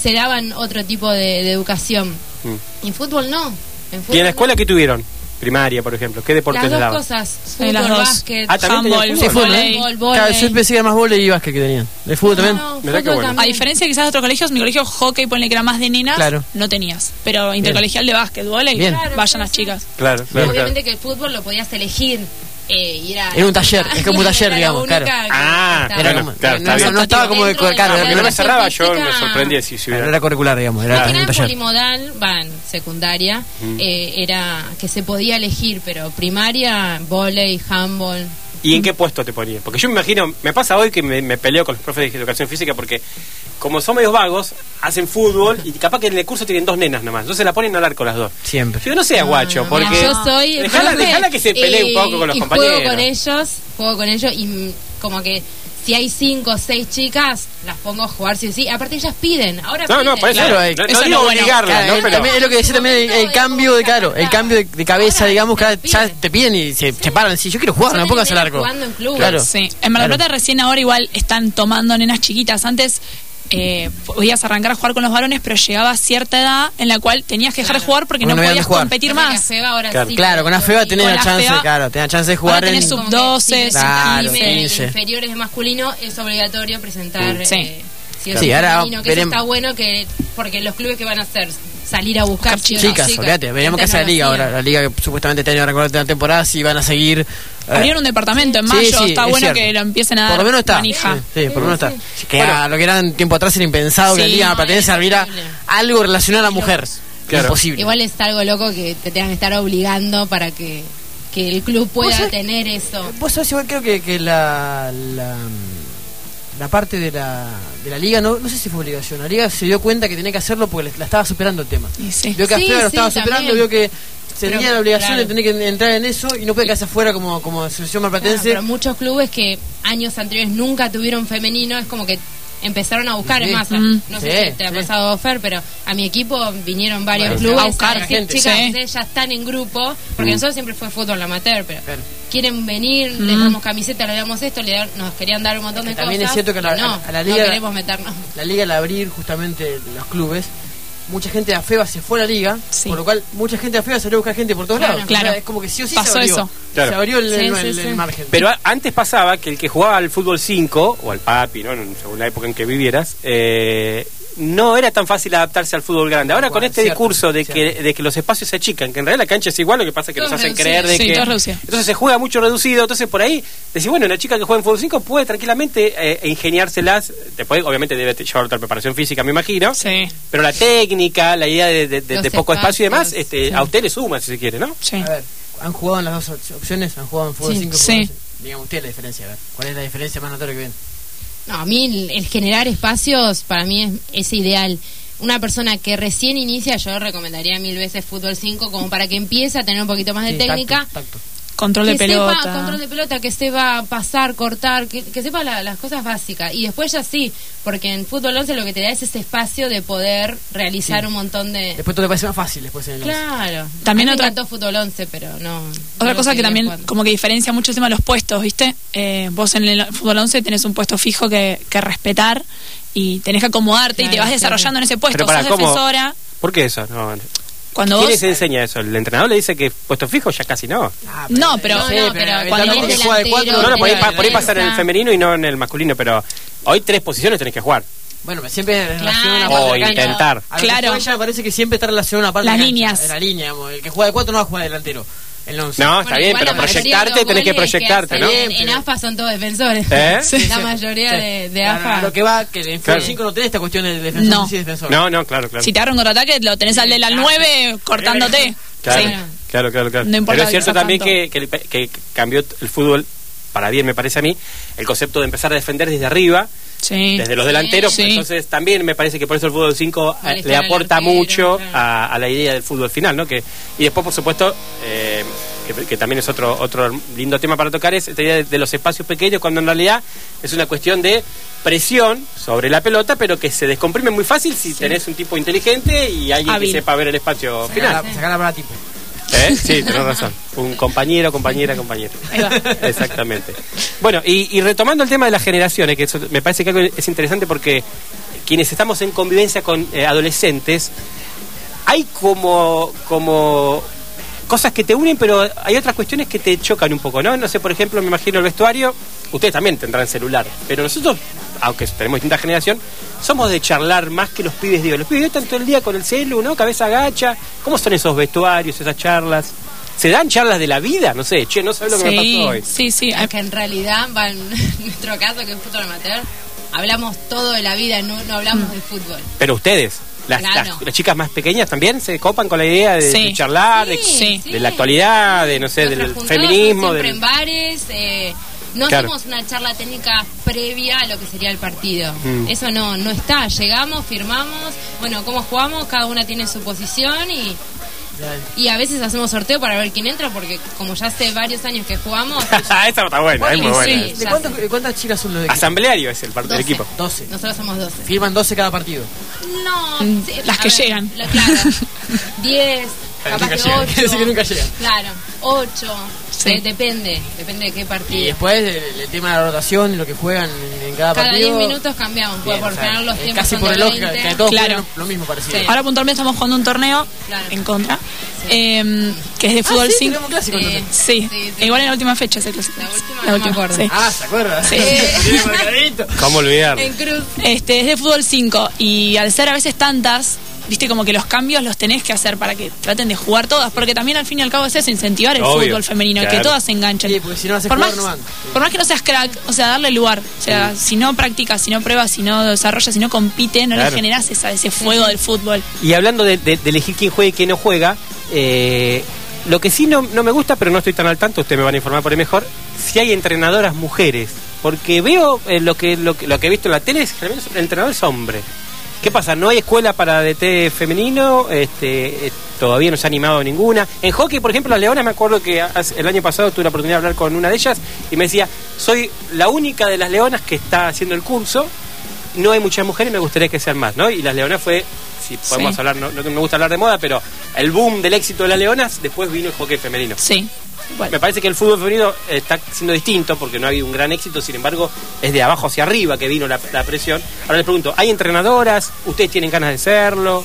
Speaker 4: se daban otro tipo de, de educación.
Speaker 2: Mm.
Speaker 4: Y en fútbol no. En fútbol
Speaker 2: ¿Y en la
Speaker 4: no.
Speaker 2: escuela qué tuvieron? Primaria, por ejemplo. ¿Qué deportes
Speaker 4: Las
Speaker 2: les
Speaker 4: dos
Speaker 2: daban?
Speaker 4: cosas,
Speaker 3: Sí,
Speaker 4: fútbol,
Speaker 3: Eh, las dos.
Speaker 4: básquet.
Speaker 2: Ah, también tenía
Speaker 3: Handball, eh.
Speaker 2: fútbol. Sí,
Speaker 1: fútbol, ¿eh?
Speaker 3: volei.
Speaker 4: Fútbol,
Speaker 1: Claro,
Speaker 4: vóley.
Speaker 1: yo pensé que era más vole y básquet que tenían. ¿De fútbol también?
Speaker 4: No,
Speaker 2: Mirá qué
Speaker 4: fútbol
Speaker 2: bueno.
Speaker 3: A
Speaker 4: también.
Speaker 3: diferencia quizás de otros colegios, mi colegio hockey, ponle que era más de nenas,
Speaker 1: Claro.
Speaker 3: no tenías. Pero intercolegial de básquetbol, y
Speaker 1: Bien.
Speaker 3: vayan
Speaker 4: Claro,
Speaker 3: las
Speaker 4: sí, sí.
Speaker 3: chicas.
Speaker 2: Claro, claro, claro.
Speaker 4: Obviamente que el fútbol lo podías elegir. Eh, y era,
Speaker 1: Era un taller, es como un taller,
Speaker 4: era la
Speaker 1: digamos,
Speaker 4: única
Speaker 1: claro.
Speaker 4: que
Speaker 2: Ah,
Speaker 4: estaba.
Speaker 1: Era
Speaker 2: Bueno,
Speaker 1: como-
Speaker 2: claro,
Speaker 1: no-
Speaker 2: está
Speaker 1: no,
Speaker 2: bien.
Speaker 1: no estaba como de,
Speaker 4: Dentro de
Speaker 1: claro,
Speaker 4: la
Speaker 1: era
Speaker 2: Lo que no me
Speaker 1: como-
Speaker 2: cerraba yo me
Speaker 4: Artística.
Speaker 2: sorprendía si, si
Speaker 1: no
Speaker 2: hubiera-
Speaker 1: era curricular, digamos,
Speaker 4: Lo
Speaker 1: era
Speaker 4: que
Speaker 1: un
Speaker 4: era en
Speaker 1: taller.
Speaker 4: polimodal, van, secundaria, eh, era que se podía elegir, pero primaria, volei, handball.
Speaker 2: ¿Y en qué puesto te ponían? Porque yo me imagino, me pasa hoy que me, me peleo con los profes de educación física porque como son medios vagos, hacen fútbol y capaz que en el curso tienen dos nenas nomás, entonces la ponen a hablar con las dos.
Speaker 1: Siempre.
Speaker 2: Yo no sea guacho,
Speaker 4: No,
Speaker 2: porque
Speaker 4: mira, yo soy
Speaker 2: dejala,
Speaker 4: profe
Speaker 2: dejala que se pelee
Speaker 4: y-
Speaker 2: un poco con los
Speaker 4: y
Speaker 2: compañeros.
Speaker 4: Juego con ellos, juego con ellos y mm, como que si hay cinco o seis chicas, las pongo a jugar sí o sí. Aparte ellas piden, ahora
Speaker 2: No, no,
Speaker 4: piden.
Speaker 2: por eso.
Speaker 1: Claro,
Speaker 2: no-
Speaker 1: hay-
Speaker 2: no,
Speaker 3: eso
Speaker 2: digo
Speaker 3: no, bueno,
Speaker 2: obligarla,
Speaker 1: Claro,
Speaker 2: ¿no?
Speaker 1: es-
Speaker 2: Pero-
Speaker 1: también es lo que decía también el, el cambio de claro, el cambio de, de cabeza, digamos, cada- ya te piden y se, se paran, si yo quiero jugar,
Speaker 4: Son
Speaker 1: no pongas el
Speaker 4: nenas
Speaker 1: arco.
Speaker 4: jugando en clubes.
Speaker 1: Claro.
Speaker 3: Sí. En Mar del
Speaker 1: Claro.
Speaker 3: Plata recién ahora igual están tomando nenas chiquitas. Antes eh, podías arrancar a jugar con los varones, pero llegaba a cierta edad en la cual tenías que dejar de jugar porque
Speaker 1: Porque
Speaker 3: no,
Speaker 1: no había
Speaker 3: podías
Speaker 1: dónde jugar.
Speaker 3: competir
Speaker 4: Pasa que
Speaker 3: más.
Speaker 4: a Feba ahora
Speaker 2: Claro.
Speaker 4: sí
Speaker 1: Claro, con la
Speaker 4: lo
Speaker 1: FEBA
Speaker 4: digo.
Speaker 1: tenés
Speaker 3: Con
Speaker 1: la
Speaker 3: la
Speaker 1: chance,
Speaker 3: FEBA
Speaker 1: claro, tenés la chance de
Speaker 3: ahora
Speaker 1: jugar en
Speaker 3: tenés
Speaker 4: Como que
Speaker 3: Sub-doce,
Speaker 4: si
Speaker 1: Claro,
Speaker 4: primer,
Speaker 1: 15.
Speaker 4: inferiores de masculino es obligatorio presentar.
Speaker 3: Sí.
Speaker 4: eh, si es
Speaker 1: Sí,
Speaker 4: un
Speaker 1: ahora
Speaker 4: femenino, que eso
Speaker 1: veremos.
Speaker 4: está bueno que porque los clubes que van a hacer salir a buscar
Speaker 3: Buscar
Speaker 4: chicas,
Speaker 1: Chicas, olvídate, veníamos que hace la liga ahora,
Speaker 4: Tecnología.
Speaker 1: la liga que supuestamente este año arrancó la temporada, si van a seguir... eh,
Speaker 3: Abrieron un departamento en
Speaker 1: Sí,
Speaker 3: mayo,
Speaker 1: sí,
Speaker 3: está
Speaker 1: es
Speaker 3: bueno
Speaker 1: cierto.
Speaker 3: que lo empiecen a dar
Speaker 1: Por lo menos está.
Speaker 3: manija.
Speaker 1: Sí, sí, por lo menos está. Que
Speaker 2: Bueno.
Speaker 1: a lo que era en tiempo atrás era impensado que
Speaker 3: Sí,
Speaker 1: el día
Speaker 4: no,
Speaker 1: pertenece a
Speaker 4: era
Speaker 1: servir a
Speaker 4: imposible.
Speaker 1: algo relacionado a la mujer.
Speaker 2: Claro.
Speaker 1: Imposible.
Speaker 4: Igual es algo loco que te tengan que estar obligando para que, que el club
Speaker 1: ¿Vos
Speaker 4: pueda
Speaker 1: sabés?
Speaker 4: tener eso.
Speaker 1: Vos sabés, igual creo que, que la, la, la parte de la, de la liga, no, no sé si fue obligación, la liga se dio cuenta que tenía que hacerlo porque le- la estaba superando el tema.
Speaker 3: Y sí.
Speaker 1: Vio que
Speaker 4: Sí,
Speaker 1: a Feba lo
Speaker 4: sí,
Speaker 1: estaba superando,
Speaker 4: también.
Speaker 1: vio que se
Speaker 4: Pero,
Speaker 1: tenía la obligación
Speaker 4: claro.
Speaker 1: de tener que entrar en eso y no puede quedarse afuera como, como asociación
Speaker 4: Claro,
Speaker 1: malplatense.
Speaker 4: pero muchos clubes que años anteriores nunca tuvieron femenino, es como que empezaron a buscar.
Speaker 1: Sí.
Speaker 4: Es más,
Speaker 3: Mm.
Speaker 4: no
Speaker 1: Sí,
Speaker 4: sé si te ha
Speaker 1: sí.
Speaker 4: pasado, Fer, pero a mi equipo vinieron varios
Speaker 1: Bueno,
Speaker 4: clubes
Speaker 3: a buscar
Speaker 4: decir,
Speaker 1: gente, Mm.
Speaker 4: chicas,
Speaker 3: sí.
Speaker 4: ustedes ya están en grupo, porque nosotros siempre fue fútbol amateur, pero
Speaker 1: Claro.
Speaker 4: quieren venir, les damos camiseta, les damos esto, le dan- nos querían dar un montón de
Speaker 1: También es
Speaker 4: cosas.
Speaker 1: cierto que a la-
Speaker 4: y no,
Speaker 1: a la
Speaker 4: no
Speaker 1: liga-
Speaker 4: queremos meternos.
Speaker 1: La liga al abrir justamente los clubes, mucha gente de Afeba se fue a la liga,
Speaker 3: Sí.
Speaker 1: por lo cual mucha gente de Afeba salió a buscar gente por todos
Speaker 4: Claro,
Speaker 1: lados.
Speaker 3: claro.
Speaker 1: es como que sí o sí
Speaker 3: Pasó
Speaker 1: se abrió.
Speaker 3: eso.
Speaker 2: Claro.
Speaker 1: Se abrió el,
Speaker 4: Sí,
Speaker 1: el-
Speaker 4: sí,
Speaker 1: el- el
Speaker 4: sí.
Speaker 1: margen.
Speaker 2: Pero a- antes pasaba que el que jugaba al fútbol 5, o al papi, ¿no? En- según la época en que vivieras, eh, no era tan fácil adaptarse al fútbol grande. Ahora con
Speaker 1: Bueno,
Speaker 2: este
Speaker 1: cierto,
Speaker 2: discurso de que,
Speaker 1: cierto.
Speaker 2: de que los espacios se achican, que en realidad la cancha es igual, lo que pasa es que
Speaker 3: Todo
Speaker 2: nos hacen
Speaker 3: reducido.
Speaker 2: creer de
Speaker 3: Sí,
Speaker 2: que...
Speaker 3: todo reducido.
Speaker 2: Entonces se juega mucho reducido, entonces por ahí decís, bueno, una chica que juega en fútbol 5 puede tranquilamente eh, ingeniárselas, después obviamente debe te- llevar otra preparación física, me imagino,
Speaker 3: Sí,
Speaker 2: pero la técnica, la idea de, de- de-
Speaker 4: Los
Speaker 2: de poco espacio y demás,
Speaker 4: espacios,
Speaker 2: este, a usted le suma si se quiere, ¿no?
Speaker 3: sí.
Speaker 1: A ver, han jugado en las dos op- opciones, han jugado en fútbol
Speaker 4: Sí.
Speaker 1: 5
Speaker 3: Sí.
Speaker 1: Digamos usted la diferencia, a ver. ¿Cuál es la diferencia más notoria que ven?
Speaker 4: No, a mí el, el generar espacios para mí es, es ideal. Una persona que recién inicia, yo recomendaría mil veces fútbol 5 como para que empiece a tener un poquito más de
Speaker 1: Sí,
Speaker 4: técnica.
Speaker 1: tacto, tacto.
Speaker 3: Control de
Speaker 4: que
Speaker 3: pelota.
Speaker 4: sepa control de pelota, que sepa pasar, cortar, que, que sepa la- las cosas básicas. Y después ya sí, porque en fútbol 11 lo que te da es ese espacio de poder realizar
Speaker 1: Sí.
Speaker 4: un montón de...
Speaker 1: Después todo le parece más fácil después en el once.
Speaker 4: Claro.
Speaker 3: También
Speaker 4: A mí me
Speaker 3: otra-
Speaker 4: encantó fútbol 11, pero no...
Speaker 3: Otra
Speaker 4: no
Speaker 3: cosa que
Speaker 4: seguí
Speaker 3: también
Speaker 4: jugando.
Speaker 3: como que diferencia mucho el tema de los puestos, ¿viste? Eh, vos en el fútbol 11 tenés un puesto fijo que, que respetar y tenés que acomodarte y te
Speaker 4: Claro,
Speaker 3: vas desarrollando en ese puesto.
Speaker 2: Pero para,
Speaker 3: Sos
Speaker 2: ¿cómo?
Speaker 3: defensora.
Speaker 2: ¿Por qué eso? No, no.
Speaker 3: Cuando
Speaker 2: ¿Quién
Speaker 3: vos...
Speaker 2: les enseña eso? ¿El entrenador le dice que puesto fijo ya casi no?
Speaker 1: Ah,
Speaker 3: No, pero-
Speaker 1: sí,
Speaker 4: No, no, pero
Speaker 1: eventualmente
Speaker 3: cuando
Speaker 1: que
Speaker 4: es
Speaker 1: juega de cuatro-
Speaker 4: delantero,
Speaker 2: No, no, por ahí,
Speaker 4: eh,
Speaker 2: pa- por ahí pasa en el
Speaker 4: está.
Speaker 2: femenino y no en el masculino, pero hoy tres posiciones tenés que jugar.
Speaker 1: Bueno, pero siempre en relación a la
Speaker 4: Claro.
Speaker 1: parte
Speaker 2: O
Speaker 1: de la cancha.
Speaker 2: intentar.
Speaker 1: A lo que
Speaker 3: Claro.
Speaker 1: juega ella me parece que siempre está relacionado a una parte
Speaker 3: Las
Speaker 1: de la cancha,
Speaker 3: líneas.
Speaker 1: de la línea, digamos. El que juega de cuatro no va a jugar delantero. El once.
Speaker 2: No, Ah, está
Speaker 4: Bueno,
Speaker 2: bien,
Speaker 4: igual
Speaker 2: pero
Speaker 4: la mayoría de los
Speaker 2: proyectarte tenés que
Speaker 4: goles
Speaker 2: proyectarte,
Speaker 4: hacen
Speaker 2: ¿no?
Speaker 4: En, en AFA son todos defensores.
Speaker 2: ¿Eh?
Speaker 4: La mayoría de, de
Speaker 1: Claro,
Speaker 4: AFA.
Speaker 1: A lo que va, que en
Speaker 2: Claro.
Speaker 1: fútbol 5 no tenés esta cuestión de defensor
Speaker 3: No.
Speaker 1: sí, defensor.
Speaker 2: No, no, claro, claro.
Speaker 3: Si te agarran un contraataque, lo tenés al del al 9 cortándote.
Speaker 2: Claro,
Speaker 3: Sí.
Speaker 2: claro, claro, claro.
Speaker 3: No importa
Speaker 2: Pero es
Speaker 3: que
Speaker 2: cierto
Speaker 3: sea
Speaker 2: también
Speaker 3: tanto.
Speaker 2: que, que- que cambió el fútbol para bien, me parece a mí, el concepto de empezar a defender desde arriba,
Speaker 3: Sí.
Speaker 2: desde los
Speaker 4: Sí.
Speaker 2: delanteros.
Speaker 3: Sí.
Speaker 2: Entonces también me parece que por eso el fútbol 5
Speaker 4: Molestar
Speaker 2: le
Speaker 4: al
Speaker 2: aporta
Speaker 4: arquero,
Speaker 2: mucho
Speaker 4: claro.
Speaker 2: a, a la idea del fútbol final, ¿no? Que, y después, por supuesto, eh, que, que también es otro, otro lindo tema para tocar, es esta idea de, de los espacios pequeños, cuando en realidad es una cuestión de presión sobre la pelota, pero que se descomprime muy fácil si tenés un tipo inteligente y alguien
Speaker 3: Hábil.
Speaker 2: que sepa ver el espacio
Speaker 1: Sacar
Speaker 2: final.
Speaker 1: la- sacar la palabra tipo.
Speaker 2: ¿Eh? Sí, tenés razón. Un compañero, compañera, compañero. Exactamente. Bueno, y, y retomando el tema de las generaciones, que eso me parece que algo es interesante porque quienes estamos en convivencia con eh, adolescentes, hay como, como cosas que te unen, pero hay otras cuestiones que te chocan un poco, ¿no? No sé, por ejemplo, me imagino el vestuario, ustedes también tendrán celular, pero nosotros, aunque tenemos distinta generación, somos de charlar más que los pibes de hoy. Los pibes de hoy están todo el día con el celu, ¿no? Cabeza agacha. ¿Cómo son esos vestuarios, esas charlas? ¿Se dan charlas de la vida? No sé, che, no sabes lo que me pasó hoy.
Speaker 3: sí, sí. Ah,
Speaker 4: que en realidad, va en nuestro caso, que es fútbol amateur, hablamos todo de la vida, no, no hablamos de fútbol.
Speaker 2: Pero ustedes, las,
Speaker 4: Claro.
Speaker 2: las- las chicas más pequeñas también se copan con la idea de,
Speaker 3: Sí.
Speaker 2: de charlar, de,
Speaker 3: Sí,
Speaker 2: de
Speaker 4: sí.
Speaker 2: la actualidad, de, no sé,
Speaker 4: Nos
Speaker 2: del
Speaker 4: rejuntamos
Speaker 2: feminismo.
Speaker 4: Siempre
Speaker 2: del-
Speaker 4: en bares. eh, no
Speaker 2: Claro.
Speaker 4: hacemos una charla técnica previa a lo que sería el partido.
Speaker 2: Mm.
Speaker 4: Eso no, no está. Llegamos, firmamos. Bueno, cómo jugamos, cada una tiene su posición y,
Speaker 1: Bien.
Speaker 4: Y a veces hacemos sorteo para ver quién entra, porque como ya hace varios años que jugamos,
Speaker 2: Esa Ah, está buena, es muy
Speaker 3: Sí,
Speaker 2: buena.
Speaker 4: sí.
Speaker 1: ¿De
Speaker 4: Ya
Speaker 1: cuántos- de cuántas chicas son los de
Speaker 2: Asambleario es el partido del
Speaker 4: 12.
Speaker 2: equipo.
Speaker 1: 12.
Speaker 4: nosotros somos 12.
Speaker 1: Firman 12 cada partido.
Speaker 4: No,
Speaker 3: Mm,
Speaker 4: sí,
Speaker 3: las
Speaker 4: a
Speaker 3: que llegan.
Speaker 4: lo- claro, 10, capaz
Speaker 2: nunca
Speaker 4: que
Speaker 2: llegan.
Speaker 4: 8.
Speaker 1: Quiere decir que nunca llegan.
Speaker 4: Claro, 8.
Speaker 3: Sí.
Speaker 4: depende, depende de qué
Speaker 1: Y
Speaker 4: partido.
Speaker 1: después el, el tema de la rotación, lo que juegan en, en cada,
Speaker 4: Cada
Speaker 1: partido.
Speaker 4: 10 minutos cambiamos, porque
Speaker 1: Bien,
Speaker 4: por
Speaker 1: o sea,
Speaker 4: general los
Speaker 1: eh,
Speaker 4: tiempos
Speaker 1: Casi
Speaker 4: son
Speaker 1: por
Speaker 4: de
Speaker 1: el lógica, que
Speaker 4: 20.
Speaker 1: todos
Speaker 3: Claro.
Speaker 1: juegan lo mismo parecido.
Speaker 4: Sí.
Speaker 3: Ahora puntualmente estamos jugando un torneo
Speaker 4: Claro.
Speaker 3: en contra,
Speaker 4: Sí.
Speaker 3: eh, que es de
Speaker 1: Ah,
Speaker 3: fútbol
Speaker 1: sí,
Speaker 3: 5.
Speaker 1: tenemos clásico
Speaker 4: Sí.
Speaker 1: entonces.
Speaker 3: Sí,
Speaker 4: Sí, sí.
Speaker 3: igual en la última fecha se clasificó.
Speaker 4: La última, no me acuerdo.
Speaker 3: sí.
Speaker 1: Ah, ¿se acuerda?
Speaker 3: Sí.
Speaker 1: Lo tiene marcadito.
Speaker 2: ¿Cómo olvidar?
Speaker 4: En cruz.
Speaker 3: Este, es de fútbol 5 y al ser a veces tantas, viste como que los cambios los tenés que hacer para que traten de jugar todas, porque también al fin y al cabo es eso, incentivar el
Speaker 2: Obvio,
Speaker 3: fútbol femenino,
Speaker 2: claro.
Speaker 3: que todas se enganchen.
Speaker 1: Sí, porque si no haces
Speaker 3: por,
Speaker 1: jugar,
Speaker 3: más,
Speaker 1: no van. Sí.
Speaker 3: por más que no seas crack, o sea, darle lugar. O sea, si no practicas, si no pruebas, si no desarrollas, si no compites, no
Speaker 2: Claro.
Speaker 3: le generás esa, ese fuego del fútbol.
Speaker 2: Y hablando de, de- de elegir quién juega y quién no juega, eh, lo que sí no, no me gusta, pero no estoy tan al tanto, ustedes me van a informar por ahí mejor, si hay entrenadoras mujeres. Porque veo eh, lo, que, lo, que, lo que he visto en la tele, es, que generalmente el entrenador es hombre. ¿Qué pasa? ¿No hay escuela para DT femenino? Este, eh, todavía no se ha animado ninguna. En hockey, por ejemplo, las Leonas, me acuerdo que hace- el año pasado tuve la oportunidad de hablar con una de ellas y me decía, soy la única de las Leonas que está haciendo el curso, no hay muchas mujeres me gustaría que sean más, ¿no? Y las leonas fue, si podemos
Speaker 3: Sí.
Speaker 2: hablar, no, no me gusta hablar de moda, pero el boom del éxito de las leonas, después vino el hockey femenino.
Speaker 3: Sí.
Speaker 2: Me parece que el fútbol femenino está siendo distinto porque no ha habido un gran éxito, sin embargo, es de abajo hacia arriba que vino la, la presión. Ahora les pregunto, ¿hay entrenadoras? ¿Ustedes tienen ganas de serlo?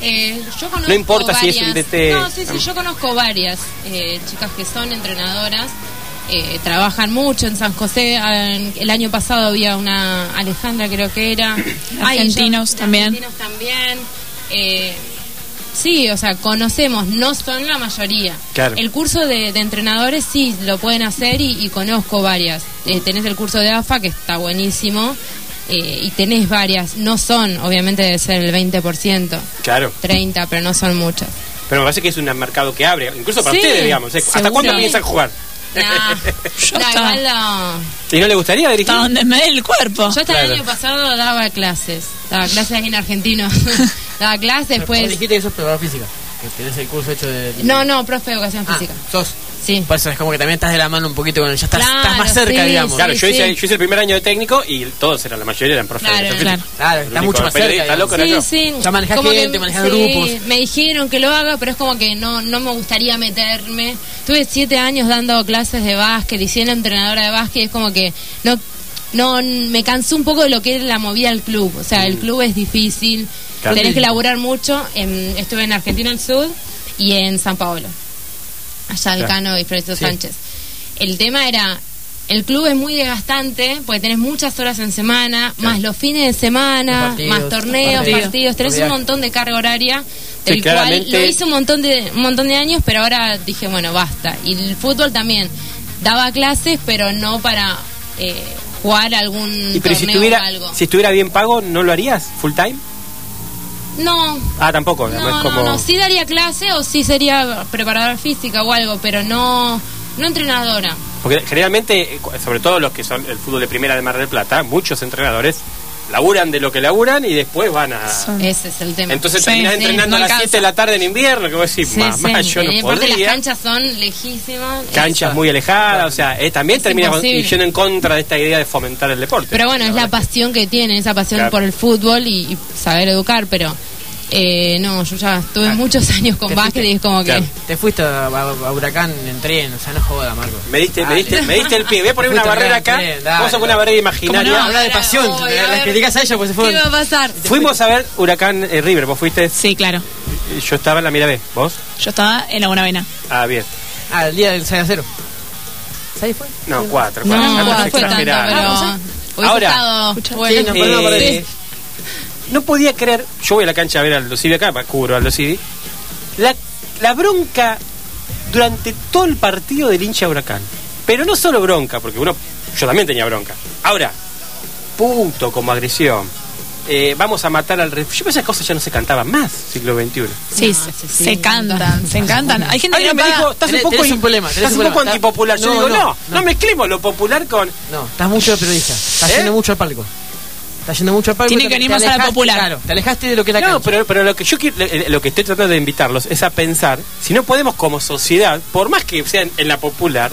Speaker 4: Eh, yo conozco
Speaker 2: No importa si es
Speaker 4: varias-
Speaker 2: el DT.
Speaker 4: No, sí, sí, yo conozco varias eh, chicas que son entrenadoras, eh, trabajan mucho en San José. Ah, en- el año pasado había una Alejandra, creo que era. Ay,
Speaker 3: Argentinos
Speaker 4: yo-
Speaker 3: también.
Speaker 4: Argentinos también. Eh, sí, o sea, conocemos, no son la mayoría.
Speaker 2: Claro.
Speaker 4: El curso de, de entrenadores sí lo pueden hacer y, y conozco varias. Eh, tenés el curso de AFA que está buenísimo. eh, y tenés varias, no son, obviamente debe ser el 20%.
Speaker 2: Claro.
Speaker 4: 30, pero no son muchas.
Speaker 2: Pero me parece que es un mercado que abre, incluso para
Speaker 4: Sí,
Speaker 2: ustedes, digamos. ¿eh? ¿Hasta
Speaker 3: seguro.
Speaker 2: cuándo
Speaker 4: Sí.
Speaker 2: piensan jugar?
Speaker 4: Nah,
Speaker 3: Yo
Speaker 4: nah,
Speaker 3: estaba-
Speaker 4: igual no.
Speaker 2: ¿Y no le gustaría dirigir?
Speaker 3: Hasta donde me dé el cuerpo.
Speaker 4: Yo hasta el
Speaker 2: Claro.
Speaker 4: año pasado daba clases. Daba clases aquí en Argentino. daba clases,
Speaker 1: Vos
Speaker 4: pues.
Speaker 1: dijiste que sos preparador física. Que tenés el curso hecho de.
Speaker 4: No, no, profe de educación
Speaker 1: Ah,
Speaker 4: física.
Speaker 1: sos.
Speaker 4: Sí.
Speaker 1: Por eso es como que también estás de la mano un poquito con el. Ya estás,
Speaker 4: Claro,
Speaker 1: estás más cerca,
Speaker 4: sí,
Speaker 1: digamos.
Speaker 2: Claro,
Speaker 4: Sí,
Speaker 2: yo, hice,
Speaker 4: sí.
Speaker 2: yo hice el primer año de técnico y todos eran, la mayoría eran profesores.
Speaker 4: Claro,
Speaker 2: Yo fui-
Speaker 3: claro.
Speaker 1: Claro,
Speaker 2: el
Speaker 1: está
Speaker 2: único
Speaker 1: mucho más
Speaker 2: periodista,
Speaker 1: cerca. digamos.
Speaker 2: loco, no yo.
Speaker 4: Sí, sí.
Speaker 1: Ya manejás
Speaker 4: como
Speaker 1: gente, manejás grupos.
Speaker 4: Me dijeron que lo haga, pero es como que no, no me gustaría meterme. Tuve siete años dando clases de básquet y siendo entrenadora de básquet y es como que no, no me cansó un poco de lo que era la movida del club. O sea, el club es difícil,
Speaker 2: Mm. Claro.
Speaker 4: tenés que laburar mucho. En- estuve en Argentina del Sur y en San Paolo. Allá
Speaker 2: Claro.
Speaker 4: Alcano y Fredito
Speaker 2: Sí.
Speaker 4: Sánchez. El tema era, el club es muy desgastante porque tenés muchas horas en semana, más los fines de semana,
Speaker 1: Los partidos,
Speaker 4: Ah, más torneos,
Speaker 1: partidos.
Speaker 4: partidos, tenés un
Speaker 1: Olvidate.
Speaker 4: montón de carga horaria,
Speaker 2: Sí,
Speaker 4: del cual
Speaker 2: claramente-
Speaker 4: lo hice un montón, de, un montón de años, pero ahora dije, bueno, basta. Y el fútbol también, daba clases, pero no para eh, jugar algún
Speaker 2: Y pero si
Speaker 4: torneo o
Speaker 2: estuviera,
Speaker 4: algo.
Speaker 2: si estuviera bien pago, ¿no lo harías full time?
Speaker 4: No,
Speaker 2: Ah, tampoco.
Speaker 4: No,
Speaker 2: es
Speaker 4: no,
Speaker 2: como...
Speaker 4: no, sí daría clase o sí sería preparadora física o algo, pero no, no entrenadora.
Speaker 2: Porque generalmente, eh, cu- sobre todo los que son el fútbol de primera de Mar del Plata, muchos entrenadores laburan de lo que laburan y después van a...
Speaker 3: Son-
Speaker 4: Ese es el tema.
Speaker 2: Entonces
Speaker 3: Sí,
Speaker 2: terminas
Speaker 4: sí,
Speaker 2: entrenando
Speaker 4: no
Speaker 2: a las
Speaker 4: alcanza.
Speaker 2: 7 de la tarde en invierno, que vos decís,
Speaker 4: Sí,
Speaker 2: mamá,
Speaker 4: sí.
Speaker 2: yo no
Speaker 4: Y aparte las
Speaker 2: podría.
Speaker 4: canchas son lejísimas.
Speaker 2: Canchas
Speaker 4: Es-
Speaker 2: muy alejadas, o sea, eh, también
Speaker 4: Es
Speaker 2: terminas con- y
Speaker 4: imposible.
Speaker 2: yendo en contra de esta idea de fomentar el deporte.
Speaker 4: Pero bueno, es la
Speaker 2: verdad
Speaker 4: pasión que tienen, esa pasión
Speaker 2: Claro.
Speaker 4: por el fútbol y, y saber educar, pero eh, no, yo ya estuve muchos años con
Speaker 1: Te
Speaker 4: básquet y es como que...
Speaker 2: Claro.
Speaker 1: Te fuiste a, a- a Huracán en tren, o sea, no joda, Marco. Ah,
Speaker 2: que- Me diste, me
Speaker 1: Dale.
Speaker 2: diste, me diste el pie. Voy a poner
Speaker 1: Justo
Speaker 2: una barrera
Speaker 1: bien,
Speaker 2: acá.
Speaker 1: bien, dale.
Speaker 2: Vamos a poner una barrera
Speaker 1: Como
Speaker 2: imaginaria.
Speaker 1: no, habla de
Speaker 4: Ahora
Speaker 1: pasión.
Speaker 4: voy,
Speaker 1: la-
Speaker 4: a
Speaker 1: la
Speaker 4: ver.
Speaker 1: criticás a ella porque se
Speaker 4: ¿Qué
Speaker 1: fueron.
Speaker 4: va a pasar?
Speaker 2: Fuimos a ver Huracán eh, River, vos fuiste,
Speaker 3: Sí, claro.
Speaker 2: yo estaba en la mira B, vos.
Speaker 3: Yo estaba en la Bonavena.
Speaker 2: Ah, bien.
Speaker 1: Al día del 6 a 0. ¿6 fue?
Speaker 2: No, cuatro. cuatro.
Speaker 4: No, no,
Speaker 2: Estamos
Speaker 4: fue tanto, pero...
Speaker 2: exagerando.
Speaker 4: hubiese
Speaker 2: Ahora.
Speaker 4: estado
Speaker 1: Sí,
Speaker 4: bueno.
Speaker 1: no, perdón,
Speaker 2: Eh,
Speaker 1: perdón.
Speaker 2: sí. No podía creer, yo voy a la cancha a ver al Civi acá, cubro al Civi. La, la bronca durante todo el partido del hincha Huracán. Pero no solo bronca, porque uno, yo también tenía bronca. Ahora, punto como agresión. Eh, vamos a matar al ref. Yo esas cosas ya no se cantaban más, siglo XXI.
Speaker 3: Sí,
Speaker 4: No,
Speaker 3: se,
Speaker 4: Ah, sí, sí,
Speaker 3: se
Speaker 4: me
Speaker 3: cantan,
Speaker 4: encantan.
Speaker 3: se encantan. Hay gente que
Speaker 2: Alguien me
Speaker 3: no paga.
Speaker 2: dijo, estás un
Speaker 1: Tenés-
Speaker 2: poco,
Speaker 1: tenés
Speaker 2: in-
Speaker 1: un problema, tenés
Speaker 2: estás
Speaker 1: un
Speaker 2: un poco
Speaker 1: problema.
Speaker 2: antipopular. Yo
Speaker 1: No,
Speaker 2: digo,
Speaker 1: no,
Speaker 2: no, no,
Speaker 1: no.
Speaker 2: mezclemos lo popular con...
Speaker 1: No, estás mucho de periodista. Estás
Speaker 2: ¿Eh?
Speaker 1: haciendo mucho al palco. Está yendo mucho a palco.
Speaker 3: Tiene
Speaker 1: te-
Speaker 3: que
Speaker 1: te
Speaker 3: animarse a la
Speaker 1: alejaste-
Speaker 3: popular.
Speaker 1: Claro, te alejaste de lo que es la
Speaker 2: No,
Speaker 1: cancha.
Speaker 2: pero, pero lo que yo quiero- eh, lo que estoy tratando de invitarlos es a pensar, si no podemos como sociedad, por más que sea en, en la popular,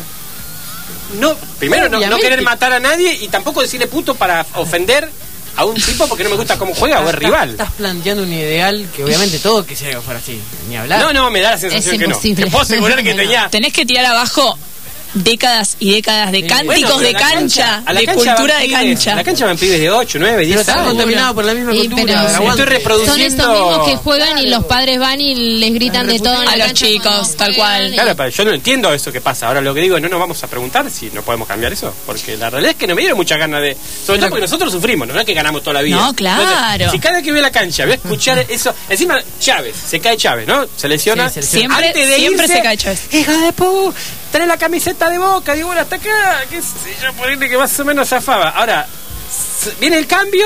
Speaker 2: no, primero no, no
Speaker 1: Obviamente.
Speaker 2: querer matar a nadie y tampoco decirle puto para ofender a un tipo porque no me gusta cómo juega o es
Speaker 1: Estás-
Speaker 2: rival.
Speaker 1: Estás planteando un ideal que obviamente todo quisiera que fuera así. Ni hablar.
Speaker 2: No, no, me da la sensación
Speaker 4: Es
Speaker 2: que no.
Speaker 4: imposible.
Speaker 2: Te puedo asegurar que
Speaker 4: No, no.
Speaker 2: tenía
Speaker 3: Tenés que tirar abajo décadas y décadas de
Speaker 1: Sí.
Speaker 3: cánticos
Speaker 2: Bueno, pero
Speaker 3: de
Speaker 2: a la
Speaker 3: cancha,
Speaker 2: a la
Speaker 3: de
Speaker 2: cancha
Speaker 3: cultura
Speaker 2: van
Speaker 3: de
Speaker 2: pibes,
Speaker 3: cancha.
Speaker 2: a La cancha van pibes de 8, 9,
Speaker 1: Pero
Speaker 2: 10
Speaker 1: está
Speaker 2: años.
Speaker 1: contaminado por la misma
Speaker 4: Y,
Speaker 1: cultura.
Speaker 4: pero-
Speaker 1: del
Speaker 4: Estoy
Speaker 1: aguante.
Speaker 2: reproduciendo-
Speaker 4: Son esos mismos que juegan y
Speaker 1: Claro.
Speaker 4: los padres van y les gritan de todo en la
Speaker 3: A los
Speaker 4: cancha
Speaker 3: chicos,
Speaker 4: cuando
Speaker 3: tal
Speaker 4: juegan
Speaker 3: cual.
Speaker 4: y-
Speaker 2: Claro, pero yo no entiendo eso que pasa. Ahora lo que digo, es, no nos vamos a preguntar si no podemos cambiar eso. Porque la realidad es que no me dieron muchas ganas de. Sobre todo porque nosotros sufrimos, no es que ganamos toda la vida.
Speaker 3: No, claro.
Speaker 2: si cada vez que voy a la cancha voy a escuchar eso. Encima, Chávez, se cae Chávez, ¿no? Se lesiona.
Speaker 1: Sí, se
Speaker 3: lesiona. Siempre-
Speaker 2: Antes de
Speaker 3: siempre
Speaker 2: irse,
Speaker 3: se cae Chávez.
Speaker 2: Hija de pu, trae la camiseta de boca, digo, bueno, hasta acá. Que sé yo, ponerle que más o menos zafaba. Ahora, s- viene el cambio.